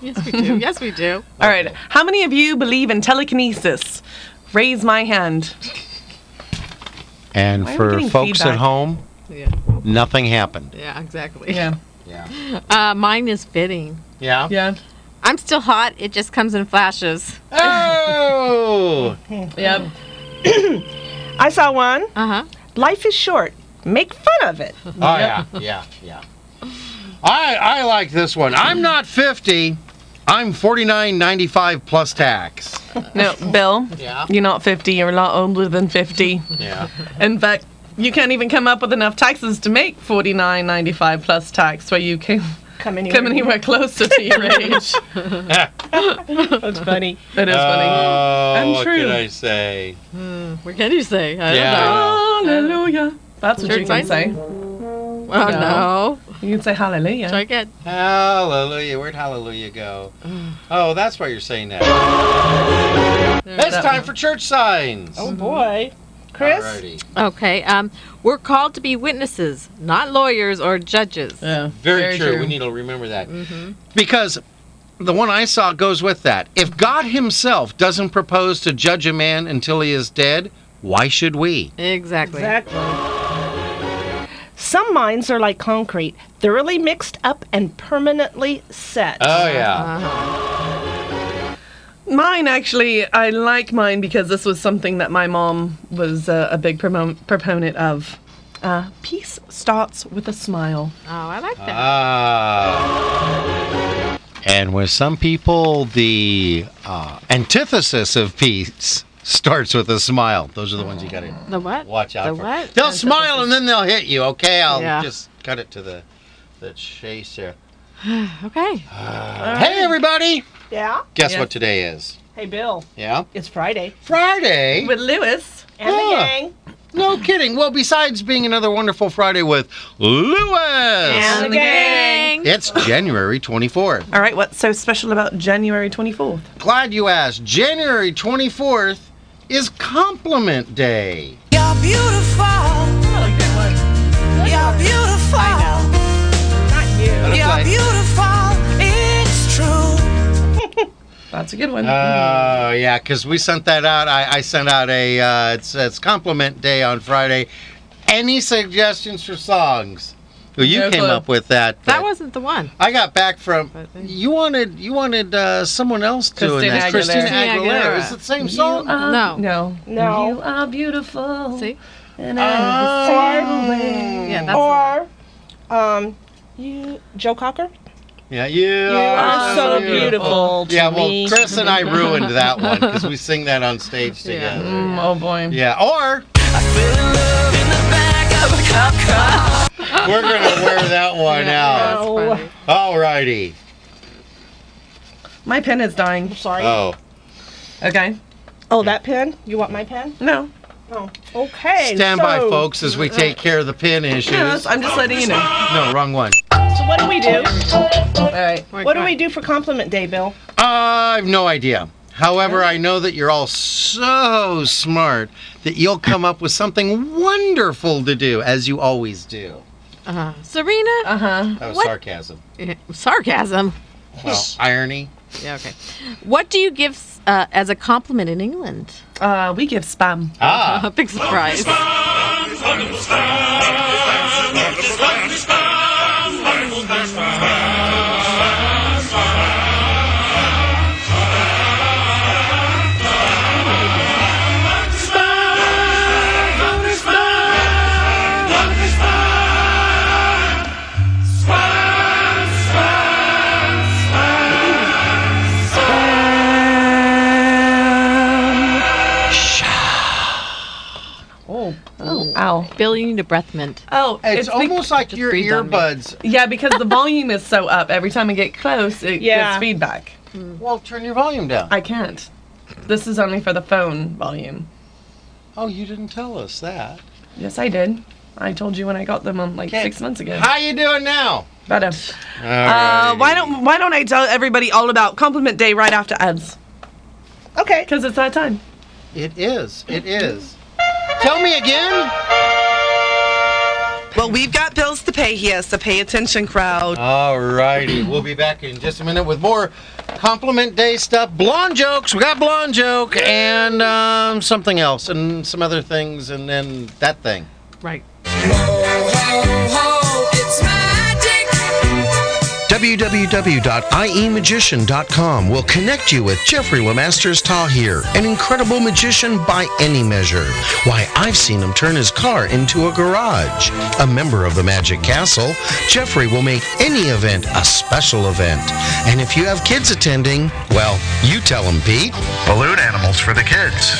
Speaker 4: Yes, we do. Yes, we do. All right. How many of you believe in telekinesis? Raise my hand.
Speaker 3: And
Speaker 4: Why are we
Speaker 3: for
Speaker 4: getting
Speaker 3: folks at
Speaker 4: feedback?
Speaker 3: home,
Speaker 1: Yeah.
Speaker 3: nothing happened.
Speaker 1: Yeah, exactly.
Speaker 4: Yeah.
Speaker 1: Yeah. Uh, mine is fitting.
Speaker 3: Yeah.
Speaker 4: Yeah.
Speaker 1: I'm still hot. It just comes in flashes.
Speaker 3: Oh.
Speaker 4: yep.
Speaker 2: I saw one.
Speaker 1: Uh-huh.
Speaker 2: Uh huh. Life is short. Make fun of it. Oh
Speaker 3: Oh yeah, yeah, yeah. I I like this one. I'm not 50. I'm 49.95 plus tax.
Speaker 4: No, Bill.
Speaker 3: Yeah.
Speaker 4: You're not 50. You're a lot older than 50.
Speaker 3: Yeah.
Speaker 4: In fact, you can't even come up with enough taxes to make 49.95 plus tax, where you can
Speaker 2: come
Speaker 4: anywhere, closer to your age.
Speaker 2: That's funny.
Speaker 4: That is
Speaker 3: Oh, Uh,
Speaker 4: funny.
Speaker 1: what could I
Speaker 3: say?
Speaker 1: Hmm, what can you say? I
Speaker 4: Yeah.
Speaker 1: don't know.
Speaker 4: Hallelujah. That's what
Speaker 1: Sure,
Speaker 4: you can
Speaker 1: it's
Speaker 4: say.
Speaker 1: fine. Well, Oh, no.
Speaker 4: You can say hallelujah.
Speaker 1: Try again.
Speaker 3: Hallelujah. Where'd hallelujah go? Oh, that's why you're saying that. It's
Speaker 1: That
Speaker 3: time for church signs.
Speaker 1: Oh,
Speaker 2: boy.
Speaker 1: Chris?
Speaker 3: Alrighty.
Speaker 1: Okay. Um, we're called to be witnesses, not lawyers or judges.
Speaker 4: Yeah.
Speaker 3: Very, true. Mm-hmm. We need to remember that. Because the one I saw goes with that. If God Himself doesn't propose to judge a man until he is dead, why should we?
Speaker 1: Exactly.
Speaker 2: Some minds are like concrete, thoroughly mixed up and permanently set.
Speaker 3: Oh, yeah.
Speaker 1: Uh-huh.
Speaker 4: Mine actually, I like mine because this was something that my mom was uh, a big promo- proponent of. Uh, peace starts with a smile.
Speaker 1: Oh, I like that.
Speaker 3: Ah. And with some people, the uh, antithesis of peace starts with a smile. Those are the ones you got to
Speaker 1: The what?
Speaker 3: Uh, watch out
Speaker 1: The
Speaker 3: for.
Speaker 1: what?
Speaker 3: They'll smile and then they'll hit you. Okay, I'll
Speaker 1: Yeah.
Speaker 3: just cut it to the the chase here.
Speaker 1: okay.
Speaker 3: Uh, hey, everybody!
Speaker 2: Yeah.
Speaker 3: Guess what today is?
Speaker 2: Hey, Bill.
Speaker 3: Yeah.
Speaker 2: It's Friday.
Speaker 3: Friday
Speaker 4: with Lewis
Speaker 2: and the
Speaker 3: Yeah.
Speaker 2: gang.
Speaker 3: No kidding. Well, besides being another wonderful Friday with Lewis
Speaker 4: And the gang.
Speaker 3: It's January 24th.
Speaker 4: All right, what's so special about January 24th?
Speaker 3: Glad you asked. January 24th is Compliment Day.
Speaker 5: You're beautiful. You're beautiful. Not you. You're
Speaker 3: Butterfly.
Speaker 5: beautiful. It's true.
Speaker 4: That's a good one.
Speaker 3: Oh, yeah, because we sent that out. I, I sent out a, uh, it's, it's Compliment Day on Friday. Any suggestions for songs? Well, you
Speaker 1: No
Speaker 3: came
Speaker 1: clue.
Speaker 3: up with that.
Speaker 1: That
Speaker 3: but
Speaker 1: wasn't the one.
Speaker 3: I got back from you wanted you wanted uh, someone else doing that. Christina Aguilera. Is it the same song?
Speaker 1: no.
Speaker 4: uh, No.
Speaker 2: No.
Speaker 4: You are beautiful. See? And
Speaker 3: Um,
Speaker 2: Oh.
Speaker 1: Yeah, that's
Speaker 2: or, um, you, Joe Cocker?
Speaker 3: Yeah, you,
Speaker 2: are so beautiful to
Speaker 3: yeah, well,
Speaker 2: me.
Speaker 3: Chris and I ruined that one because we sing that on stage together.
Speaker 4: oh boy.
Speaker 3: Yeah, or we're gonna wear that one out. Alrighty.
Speaker 4: My pen is dying.
Speaker 2: sorry.
Speaker 3: Oh,
Speaker 4: Okay.
Speaker 2: Oh, that pen? You want my pen?
Speaker 4: No.
Speaker 2: Oh, okay.
Speaker 3: stand by,
Speaker 2: so-
Speaker 3: folks, as we take care of the pin issues.
Speaker 2: Yes, I'm just letting you know.
Speaker 3: No, wrong one.
Speaker 2: So what do we do? All
Speaker 4: right.
Speaker 2: What do we do for compliment day, Bill?
Speaker 3: I have no idea. However, I know that you're all so smart that you'll come up with something wonderful to do, as you always do.
Speaker 1: Uh, Serena. Uh huh.
Speaker 3: That was sarcasm.
Speaker 1: Sarcasm.
Speaker 3: Well,
Speaker 1: Yeah.
Speaker 3: irony.
Speaker 1: Okay. What do you give uh, as a compliment in England?
Speaker 4: Uh, we give spam.
Speaker 1: Ah. Big surprise.
Speaker 4: Oh. Oh. Ow.
Speaker 1: Bill, you need a breath mint.
Speaker 4: Oh,
Speaker 3: It's
Speaker 4: bec-
Speaker 3: almost like Just your breathe on me. earbuds.
Speaker 4: Yeah, because the volume is so up. Every time I get close, it
Speaker 3: Yeah.
Speaker 4: gets feedback.
Speaker 3: Well, turn your volume down.
Speaker 4: I can't. This is only for the phone volume.
Speaker 3: Oh, you didn't tell us that.
Speaker 4: Yes, I did. I told you when I got them um, like six months ago.
Speaker 3: How you doing now?
Speaker 4: Better.
Speaker 3: Alrighty.
Speaker 4: Uh, why don't Why don't I tell everybody all about Compliment Day right after ads?
Speaker 2: Okay.
Speaker 4: Because it's that time.
Speaker 3: It is. It is. Tell me again.
Speaker 17: Well, we've got bills to pay here, so pay attention, crowd.
Speaker 3: All righty. We'll be back in just a minute with more compliment day stuff. Blonde jokes. We got blonde joke and um, something else and some other things and then that thing.
Speaker 1: Right.
Speaker 3: E www.iemagician.com will connect you with Jeffrey Lemasters Tahir, an incredible magician by any measure. Why, I've seen him turn his car into a garage. A member of the Magic Castle, Jeffrey will make any event a special event. And if you have kids attending, well, you tell them, Pete.
Speaker 18: Balloon animals for the kids.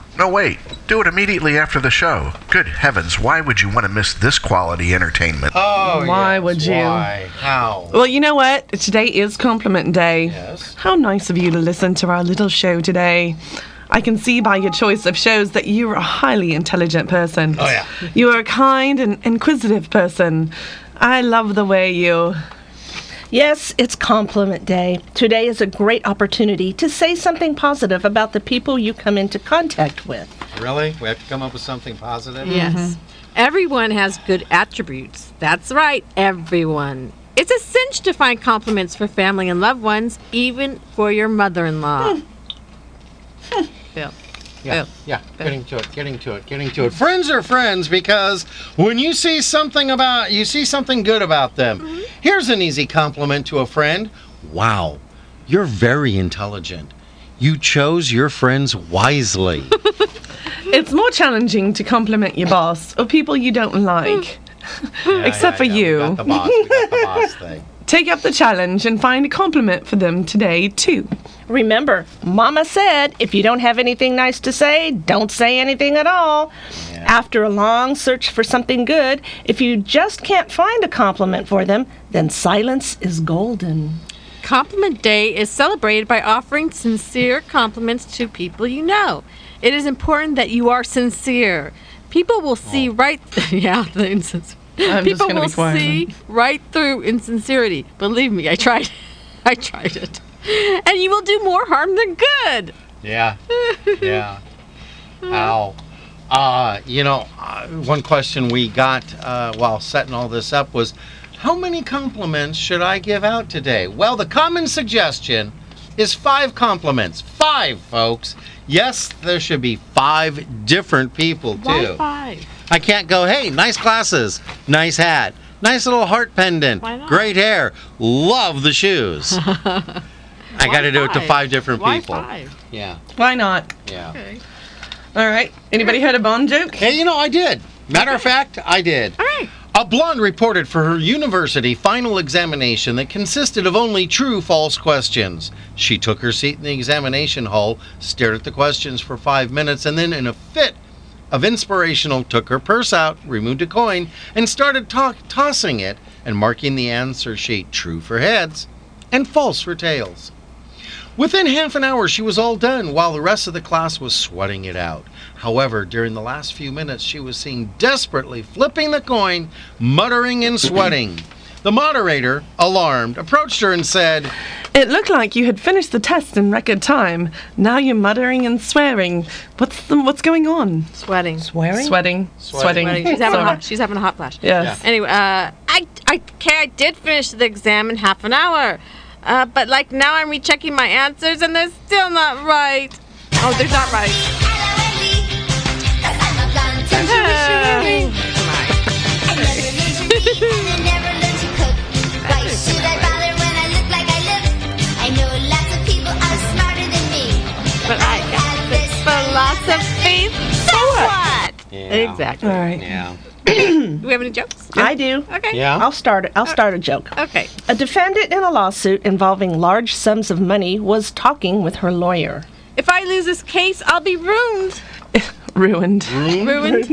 Speaker 18: No, wait. Do it immediately after the show. Good heavens, why would you want to miss this quality entertainment?
Speaker 3: Oh,
Speaker 4: Why would you?
Speaker 18: Why?
Speaker 3: How?
Speaker 4: Well, you know what? Today is compliment day.
Speaker 3: Yes.
Speaker 4: How nice of you to listen to our little show today. I can see by your choice of shows that you're a highly intelligent person.
Speaker 6: Oh, yeah.
Speaker 4: You are a kind and inquisitive person. I love the way you.
Speaker 2: Yes, it's compliment day. Today is a great opportunity to say something positive about the people you come into contact with.
Speaker 3: Really? We have to come up with something positive?
Speaker 1: Yes. Mm-hmm. Everyone has good attributes. That's right, everyone. It's a cinch to find compliments for family and loved ones, even for your mother in law. Bill.
Speaker 3: Yeah, yeah, getting to it, getting to it, getting to it. Friends are friends because when you see something about, you see something good about them.
Speaker 4: Mm-hmm.
Speaker 3: Here's an easy compliment to a friend. Wow, you're very intelligent. You chose your friends wisely.
Speaker 4: It's more challenging to compliment your boss or people you don't like, except for you.
Speaker 3: the boss, we got the boss thing.
Speaker 4: Take up the challenge and find a compliment for them today, too.
Speaker 2: Remember, Mama said, if you don't have anything nice to say, don't say anything at all. After a long search for something good, if you just can't find a compliment for them, then silence is golden.
Speaker 1: Compliment Day is celebrated by offering sincere compliments to people you know. It is important that you are sincere. People will see right yeah, the insincerity.
Speaker 4: Oh. I'm just
Speaker 1: People
Speaker 4: gonna be
Speaker 1: will
Speaker 4: quiet
Speaker 1: see right through insincerity. Believe me, I tried. I tried it. And you will do more harm than good.
Speaker 3: Yeah. Yeah. Ow. Uh, you know, uh, one question we got uh, while setting all this up was how many compliments should I give out today? Well, the common suggestion is five compliments. Five, folks. Yes, there should be five different people, too.
Speaker 1: Why five?
Speaker 3: I can't go, hey, nice glasses, nice hat, nice little heart pendant,
Speaker 1: Why not?
Speaker 3: great hair, love the shoes. I got to do it to five different
Speaker 4: Why
Speaker 3: people.
Speaker 4: five?
Speaker 3: Yeah,
Speaker 4: Why not?
Speaker 3: yeah.
Speaker 4: Okay. All right. Anybody heard a Bond joke?
Speaker 3: Hey, you know, I did. Matter of fact, I did. A blonde reported for her university final examination that consisted of only true false questions. She took her seat in the examination hall, stared at the questions for five minutes, and then, in a fit of inspirational, took her purse out, removed a coin, and started to- tossing it and marking the answer sheet true for heads and false for tails. Within half an hour, she was all done while the rest of the class was sweating it out. However, during the last few minutes, she was seen desperately flipping the coin, muttering and sweating. The moderator, alarmed, approached her and said,
Speaker 4: It looked like you had finished the test in record time. Now you're muttering and swearing. What's the, what's going on?
Speaker 1: Sweating.
Speaker 4: Swearing. Sweating. Sweating.
Speaker 1: She's having, a
Speaker 4: Sorry.
Speaker 1: hot, she's having a hot flash.
Speaker 4: Yes. Yeah.
Speaker 1: Anyway, uh, I, I, okay, I did finish the exam in half an hour. Uh, but like now I'm rechecking my answers and they're still not right. Oh, they're not right. Philosophy. So what? Exactly.
Speaker 2: All right.
Speaker 3: Yeah.
Speaker 1: Do we have any jokes?
Speaker 2: I do.
Speaker 1: Okay.
Speaker 2: Yeah. I'll start it. I'll start a joke.
Speaker 1: Okay.
Speaker 2: A defendant in a lawsuit involving large sums of money was talking with her lawyer.
Speaker 1: If I lose this case, I'll be ruined.
Speaker 4: Ruined.
Speaker 1: Ruined.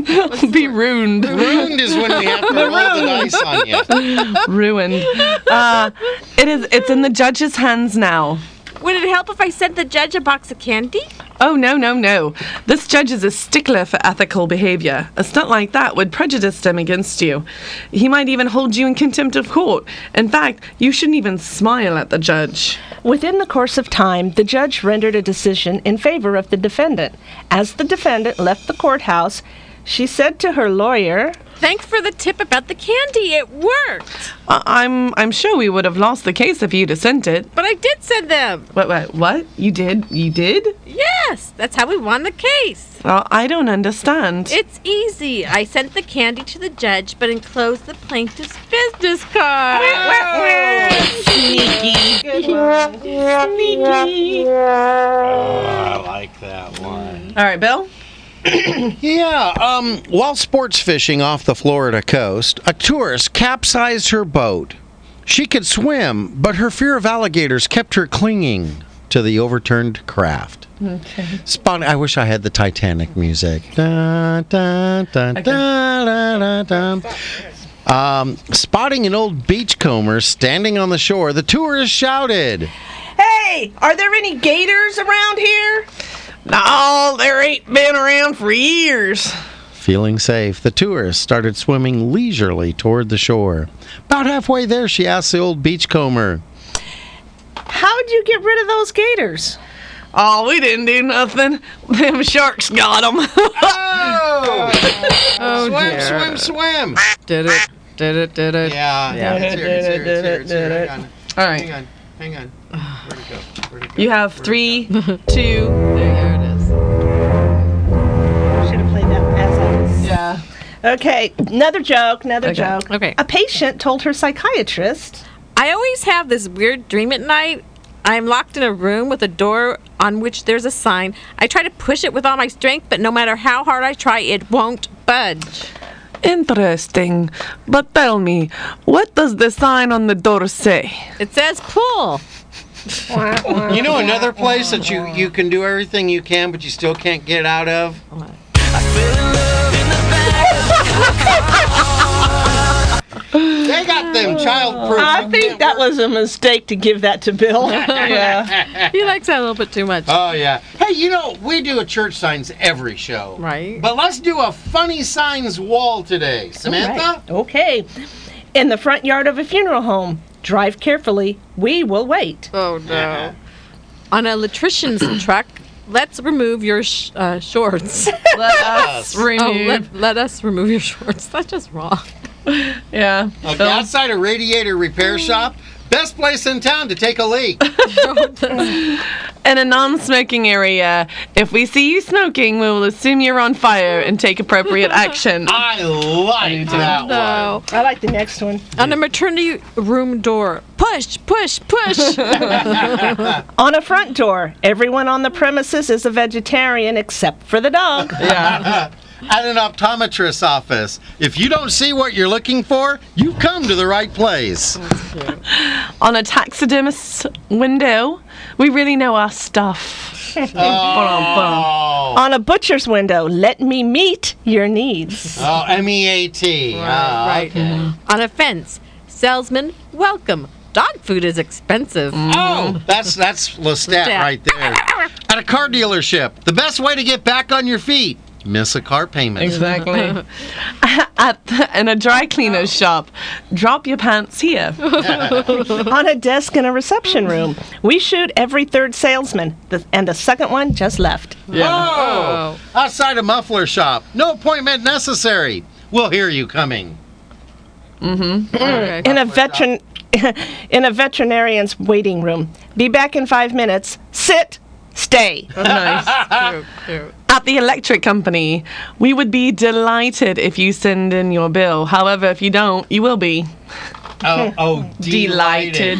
Speaker 4: Be ruined.
Speaker 3: Ruined is when we have to roll the dice on you.
Speaker 4: ruined. Uh, it is. It's in the judge's hands now.
Speaker 1: Would it help if I sent the judge a box of candy?
Speaker 4: Oh no no no! This judge is a stickler for ethical behavior. A stunt like that would prejudice him against you. He might even hold you in contempt of court. In fact, you shouldn't even smile at the judge.
Speaker 2: Within the course of time, the judge rendered a decision in favor of the defendant. As the defendant left the courthouse, she said to her lawyer,
Speaker 1: Thanks for the tip about the candy. It worked.
Speaker 4: I- I'm I'm sure we would have lost the case if you'd have sent it.
Speaker 1: But I did send them.
Speaker 4: What what what? You did you did?
Speaker 1: Yes, that's how we won the case.
Speaker 4: Well, I don't understand.
Speaker 1: It's easy. I sent the candy to the judge, but enclosed the plaintiff's business card.
Speaker 3: I like that one.
Speaker 4: All right, Bill.
Speaker 3: yeah. Um, while sports fishing off the Florida coast, a tourist capsized her boat. She could swim, but her fear of alligators kept her clinging to the overturned craft.
Speaker 4: Okay.
Speaker 3: Spot. I wish I had the Titanic music. Da, da, da, da, da, da, da. Um, spotting an old beachcomber standing on the shore, the tourist shouted.
Speaker 2: Hey, are there any gators around here?
Speaker 4: No, there ain't been around for years.
Speaker 3: Feeling safe, the tourist started swimming leisurely toward the shore. About halfway there, she asked the old beachcomber.
Speaker 2: How'd you get rid of those gators?
Speaker 4: Oh, we didn't do nothing. Them sharks got them.
Speaker 3: oh, swim,
Speaker 4: dear.
Speaker 3: swim, swim.
Speaker 1: Did it? Did it? Did it?
Speaker 3: Yeah. It's here, it's here, it's here, it's here. Hang on.
Speaker 4: All right.
Speaker 3: Hang on. Hang on. Where'd it go? Where'd it go?
Speaker 4: You have three, two.
Speaker 2: Should have played that as I was.
Speaker 4: Yeah.
Speaker 2: Okay, another joke, another
Speaker 1: Okay.
Speaker 2: joke. Okay. A patient told her psychiatrist.
Speaker 1: I always have this weird dream at night. I'm locked in a room with a door on which there's a sign. I try to push it with all my strength, but no matter how hard I try, it won't budge.
Speaker 4: Interesting. But tell me, what does the sign on the door say?
Speaker 1: It says pull.
Speaker 3: You know another place that you you can do everything you can, but you still can't get out of. They got them childproof.
Speaker 2: I think that was a mistake to give that to Bill. yeah.
Speaker 1: He likes that a little bit too much.
Speaker 3: Oh yeah. Hey, you know we do a church signs every show,
Speaker 1: right?
Speaker 3: But let's do a funny signs wall today, Samantha.
Speaker 2: All right. Okay. In the front yard of a funeral home, drive carefully. We will wait.
Speaker 1: Oh no. on an electrician's truck. Let's remove your sh- uh, shorts. Let
Speaker 3: us
Speaker 1: Oh,
Speaker 3: remove-
Speaker 1: let, let us remove your shorts. That's just wrong.
Speaker 4: Yeah.
Speaker 3: Okay, outside a radiator repair shop, best place in town to take a leak.
Speaker 4: In a non smoking area, if we see you smoking, we will assume you're on fire and take appropriate action.
Speaker 3: I like
Speaker 4: that
Speaker 1: No.
Speaker 2: I like the next one.
Speaker 1: On a maternity room door. Push, push, push.
Speaker 2: on a front door, everyone on the premises is a vegetarian except for the dog.
Speaker 3: Yeah. At an optometrist's office, if you don't see what you're looking for, you come to the right place.
Speaker 4: On a taxidermist's window, we really know our stuff.
Speaker 3: Oh.
Speaker 2: On a butcher's window, let me meet your needs.
Speaker 3: Oh, M E A T. Ah,
Speaker 1: Right, right. On a fence. Salesman, welcome. Dog food is expensive.
Speaker 3: Oh, that's that's Lestat
Speaker 1: Lestat.
Speaker 3: right there. At a car dealership, the best way to get back on your feet: miss a car payment.
Speaker 4: Exactly. At the, in a dry cleaner's shop, drop your pants here.
Speaker 2: on a desk in a reception room, we shoot every third salesman, the, and the second one just left.
Speaker 3: Oh, outside a muffler shop, no appointment necessary. We'll hear you coming.
Speaker 2: Mm-hmm. In a veteran, in a veterinarian's waiting room, be back in five minutes. Sit, stay.
Speaker 4: nice. At the electric company, we would be delighted if you send in your bill. However, if you don't, you will be.
Speaker 3: Oh, oh
Speaker 4: Delighted.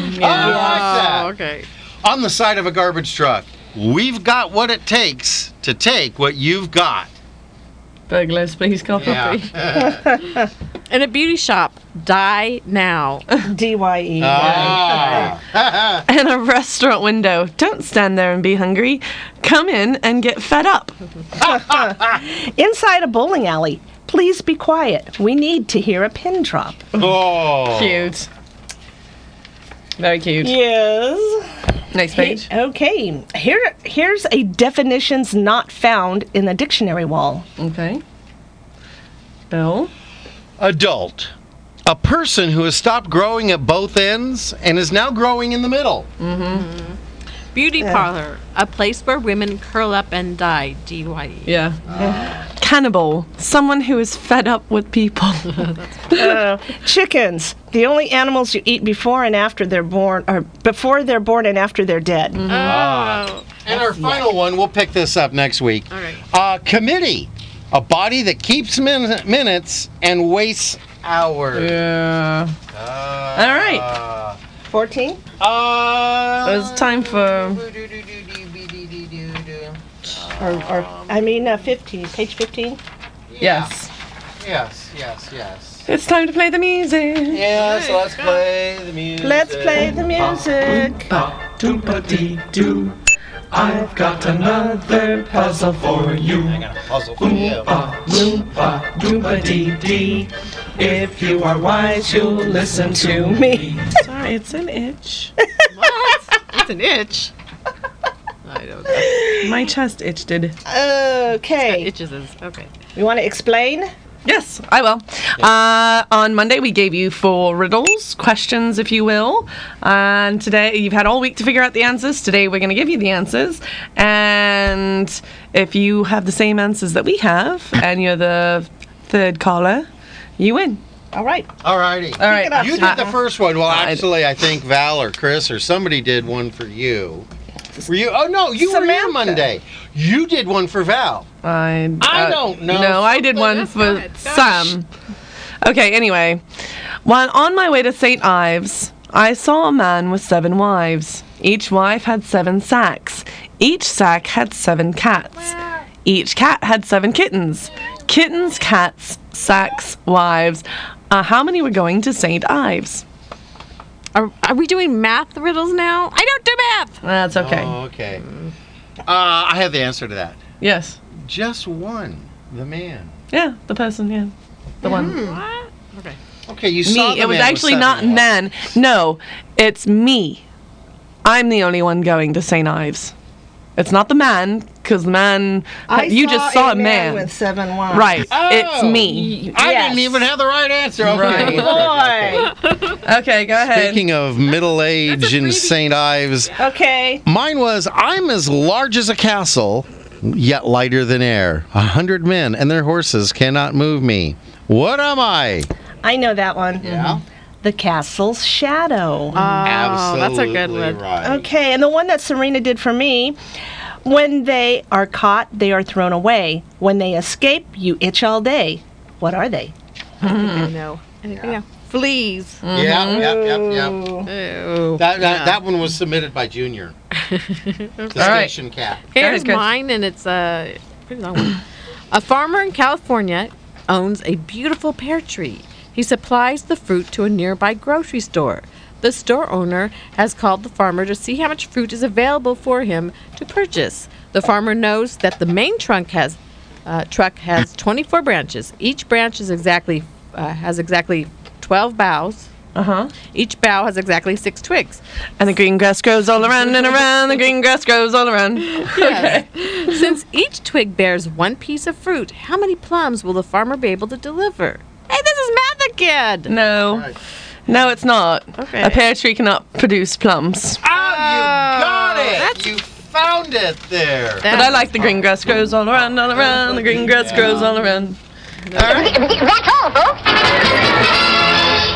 Speaker 3: delighted.
Speaker 4: Yeah.
Speaker 3: Oh, I like that.
Speaker 1: okay.
Speaker 3: On the side of a garbage truck, we've got what it takes to take what you've got.
Speaker 4: Burglars, please copy.
Speaker 1: In a beauty shop, die now.
Speaker 2: D Y E.
Speaker 3: Ah.
Speaker 4: In a restaurant window, don't stand there and be hungry. Come in and get fed up.
Speaker 2: Inside a bowling alley, please be quiet. We need to hear a pin drop.
Speaker 3: Oh.
Speaker 4: Cute. Very cute.
Speaker 2: Yes.
Speaker 4: Next page.
Speaker 2: Okay. Here, here's a definitions not found in the dictionary wall.
Speaker 4: Okay. Bill.
Speaker 3: Adult. A person who has stopped growing at both ends and is now growing in the middle.
Speaker 1: Beauty parlor, a place where women curl up and die. D Y E.
Speaker 4: Yeah. Cannibal. Someone who is fed up with people.
Speaker 2: Uh, chickens, the only animals you eat before and after they're born, or before they're born and after they're dead. Uh,
Speaker 3: Ah. And our final one, we'll pick this up next week. All right. Uh, committee. A body that keeps min- minutes and wastes hours.
Speaker 4: yeah. All right.
Speaker 2: Fourteen.
Speaker 3: Uh,
Speaker 4: It's time for.
Speaker 2: or, or I mean, uh, fifteen. Page fifteen.
Speaker 4: Yes.
Speaker 3: Yes, yes, yes.
Speaker 4: It's time to play the music.
Speaker 3: Yeah, so let's play the music.
Speaker 2: Let's play the music.
Speaker 7: Doo-ba-dee-doo. I've got another puzzle for you.
Speaker 3: I got a puzzle for you.
Speaker 7: Loompa, doompa dee dee. If you are wise, you'll listen to me.
Speaker 4: Sorry, it's an itch.
Speaker 1: It's an itch. I don't know.
Speaker 4: My chest itched.
Speaker 2: Okay.
Speaker 1: Itches is okay.
Speaker 2: You want to explain?
Speaker 4: Yes, I will. Uh, on Monday, we gave you four riddles, questions, if you will. And today, you've had all week to figure out the answers. Today, we're going to give you the answers. And if you have the same answers that we have, and you're the third caller, you win.
Speaker 2: All right.
Speaker 3: All righty.
Speaker 4: All right.
Speaker 3: You did the first one. Well,
Speaker 4: I-
Speaker 3: actually, I think Val or Chris or somebody did one for you. For you? Oh no, you were here Monday. You did one for Val.
Speaker 4: I,
Speaker 3: I
Speaker 4: uh,
Speaker 3: don't know.
Speaker 4: No, I did one for some. Okay, anyway. While on my way to St. Ives, I saw a man with seven wives. Each wife had seven sacks. Each sack had seven cats. Each cat had seven kittens. Kittens, cats, sacks, wives. Uh, how many were going to St. Ives?
Speaker 1: Are, are we doing math riddles now? I don't do math.
Speaker 4: That's okay.
Speaker 3: Oh, okay. Uh, I have the answer to that.
Speaker 4: Yes.
Speaker 3: Just one. The man.
Speaker 4: Yeah, the person, yeah. The one.
Speaker 3: Okay. Okay, you saw
Speaker 4: me.
Speaker 3: the
Speaker 4: It
Speaker 3: man
Speaker 4: was
Speaker 3: with
Speaker 4: actually
Speaker 3: seven
Speaker 4: not
Speaker 3: wives.
Speaker 4: men. No, it's me. I'm the only one going to St. Ives. It's not the man, because the man. you just saw a man.
Speaker 16: with seven wives.
Speaker 4: Right, it's me.
Speaker 3: Oh, I didn't even have the right answer. Okay.
Speaker 16: Right.
Speaker 4: okay, go ahead.
Speaker 3: Speaking of middle age in St. Ives,
Speaker 2: Okay.
Speaker 3: mine was I'm as large as a castle, yet lighter than air. A hundred men and their horses cannot move me. What am I?
Speaker 2: I know that one. Yeah. The Castle's Shadow. Oh,
Speaker 3: that's a good Absolutely one. right.
Speaker 2: Okay, and the one that Serena did for me. When they are caught, they are thrown away. When they escape, you itch all day. What are they?
Speaker 1: I know. I think we know. Fleas.
Speaker 3: Yeah, yep, yep, yep. That, that,
Speaker 1: Yeah.
Speaker 3: that one was submitted by Junior. The station cat.
Speaker 1: Here's mine, and it's a pretty long one. a farmer in California owns a beautiful pear tree. He supplies the fruit to a nearby grocery store. The store owner has called the farmer to see how much fruit is available for him to purchase. The farmer knows that the main trunk has uh, truck has 24 branches. Each branch is exactly uh, has exactly 12 boughs.
Speaker 4: Uh huh.
Speaker 1: Each bough has exactly six twigs.
Speaker 4: And the green grass grows all around and around. The green grass grows all around.
Speaker 1: Yes. Since each twig bears one piece of fruit, how many plums will the farmer be able to deliver? Hey, this is math again.
Speaker 4: No. No, it's not. Okay. A pear tree cannot produce plums.
Speaker 3: Oh, Got it! You found it there.
Speaker 4: but I like the green grass grows all around, all around. The green grass grows all around. All right.
Speaker 5: That's all, folks.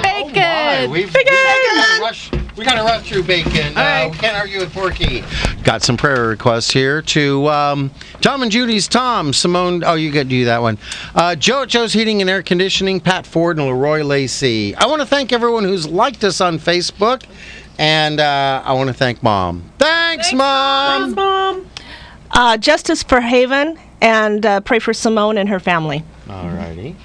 Speaker 1: Bacon.
Speaker 3: Why? We've, bacon! We gotta rush, we gotta rush through bacon. Uh, we can't argue with Porky. Got some prayer requests here to um, Tom and Judy's Tom, Simone. Oh, you got to do that one. Uh, Joe at Joe's Heating and Air Conditioning, Pat Ford and Leroy Lacey. I want to thank everyone who's liked us on Facebook, and uh, I want to thank Mom. Thanks, Mom. Thanks,
Speaker 2: Mom. Uh, justice for Haven and uh, pray for Simone and her family.
Speaker 3: All righty.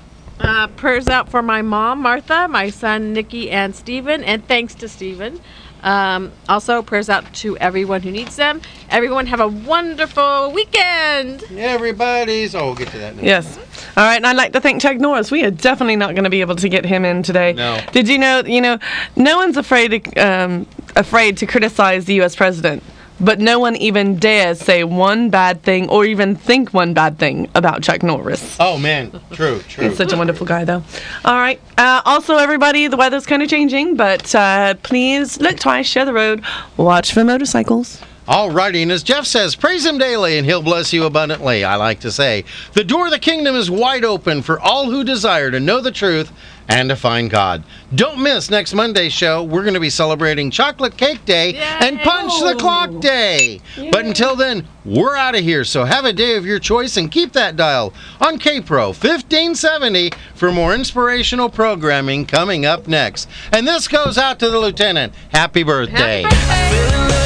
Speaker 1: Uh, prayers out for my mom, Martha, my son, Nikki, and Stephen, and thanks to Stephen. Um, also, prayers out to everyone who needs them. Everyone, have a wonderful weekend.
Speaker 3: Everybody's. Oh, we'll get to that. In a
Speaker 4: Yes. All right, and I'd like to thank Chuck Norris. We are definitely not going to be able to get him in today.
Speaker 3: No.
Speaker 4: Did you know? You know, no one's afraid to, um, afraid to criticize the U.S. president, but no one even dares say one bad thing or even think one bad thing about Chuck Norris.
Speaker 3: Oh man, true, true.
Speaker 4: He's such a wonderful guy, though. All right. Uh, also, everybody, the weather's kind of changing, but uh, please look twice, share the road, watch for motorcycles.
Speaker 3: Alrighty, and as Jeff says, praise him daily and he'll bless you abundantly. I like to say, the door of the kingdom is wide open for all who desire to know the truth and to find God. Don't miss next Monday's show. We're going to be celebrating Chocolate Cake Day and Punch the Clock Day. But until then, we're out of here. So have a day of your choice and keep that dial on KPRO 1570 for more inspirational programming coming up next. And this goes out to the lieutenant. Happy birthday.
Speaker 9: Oh,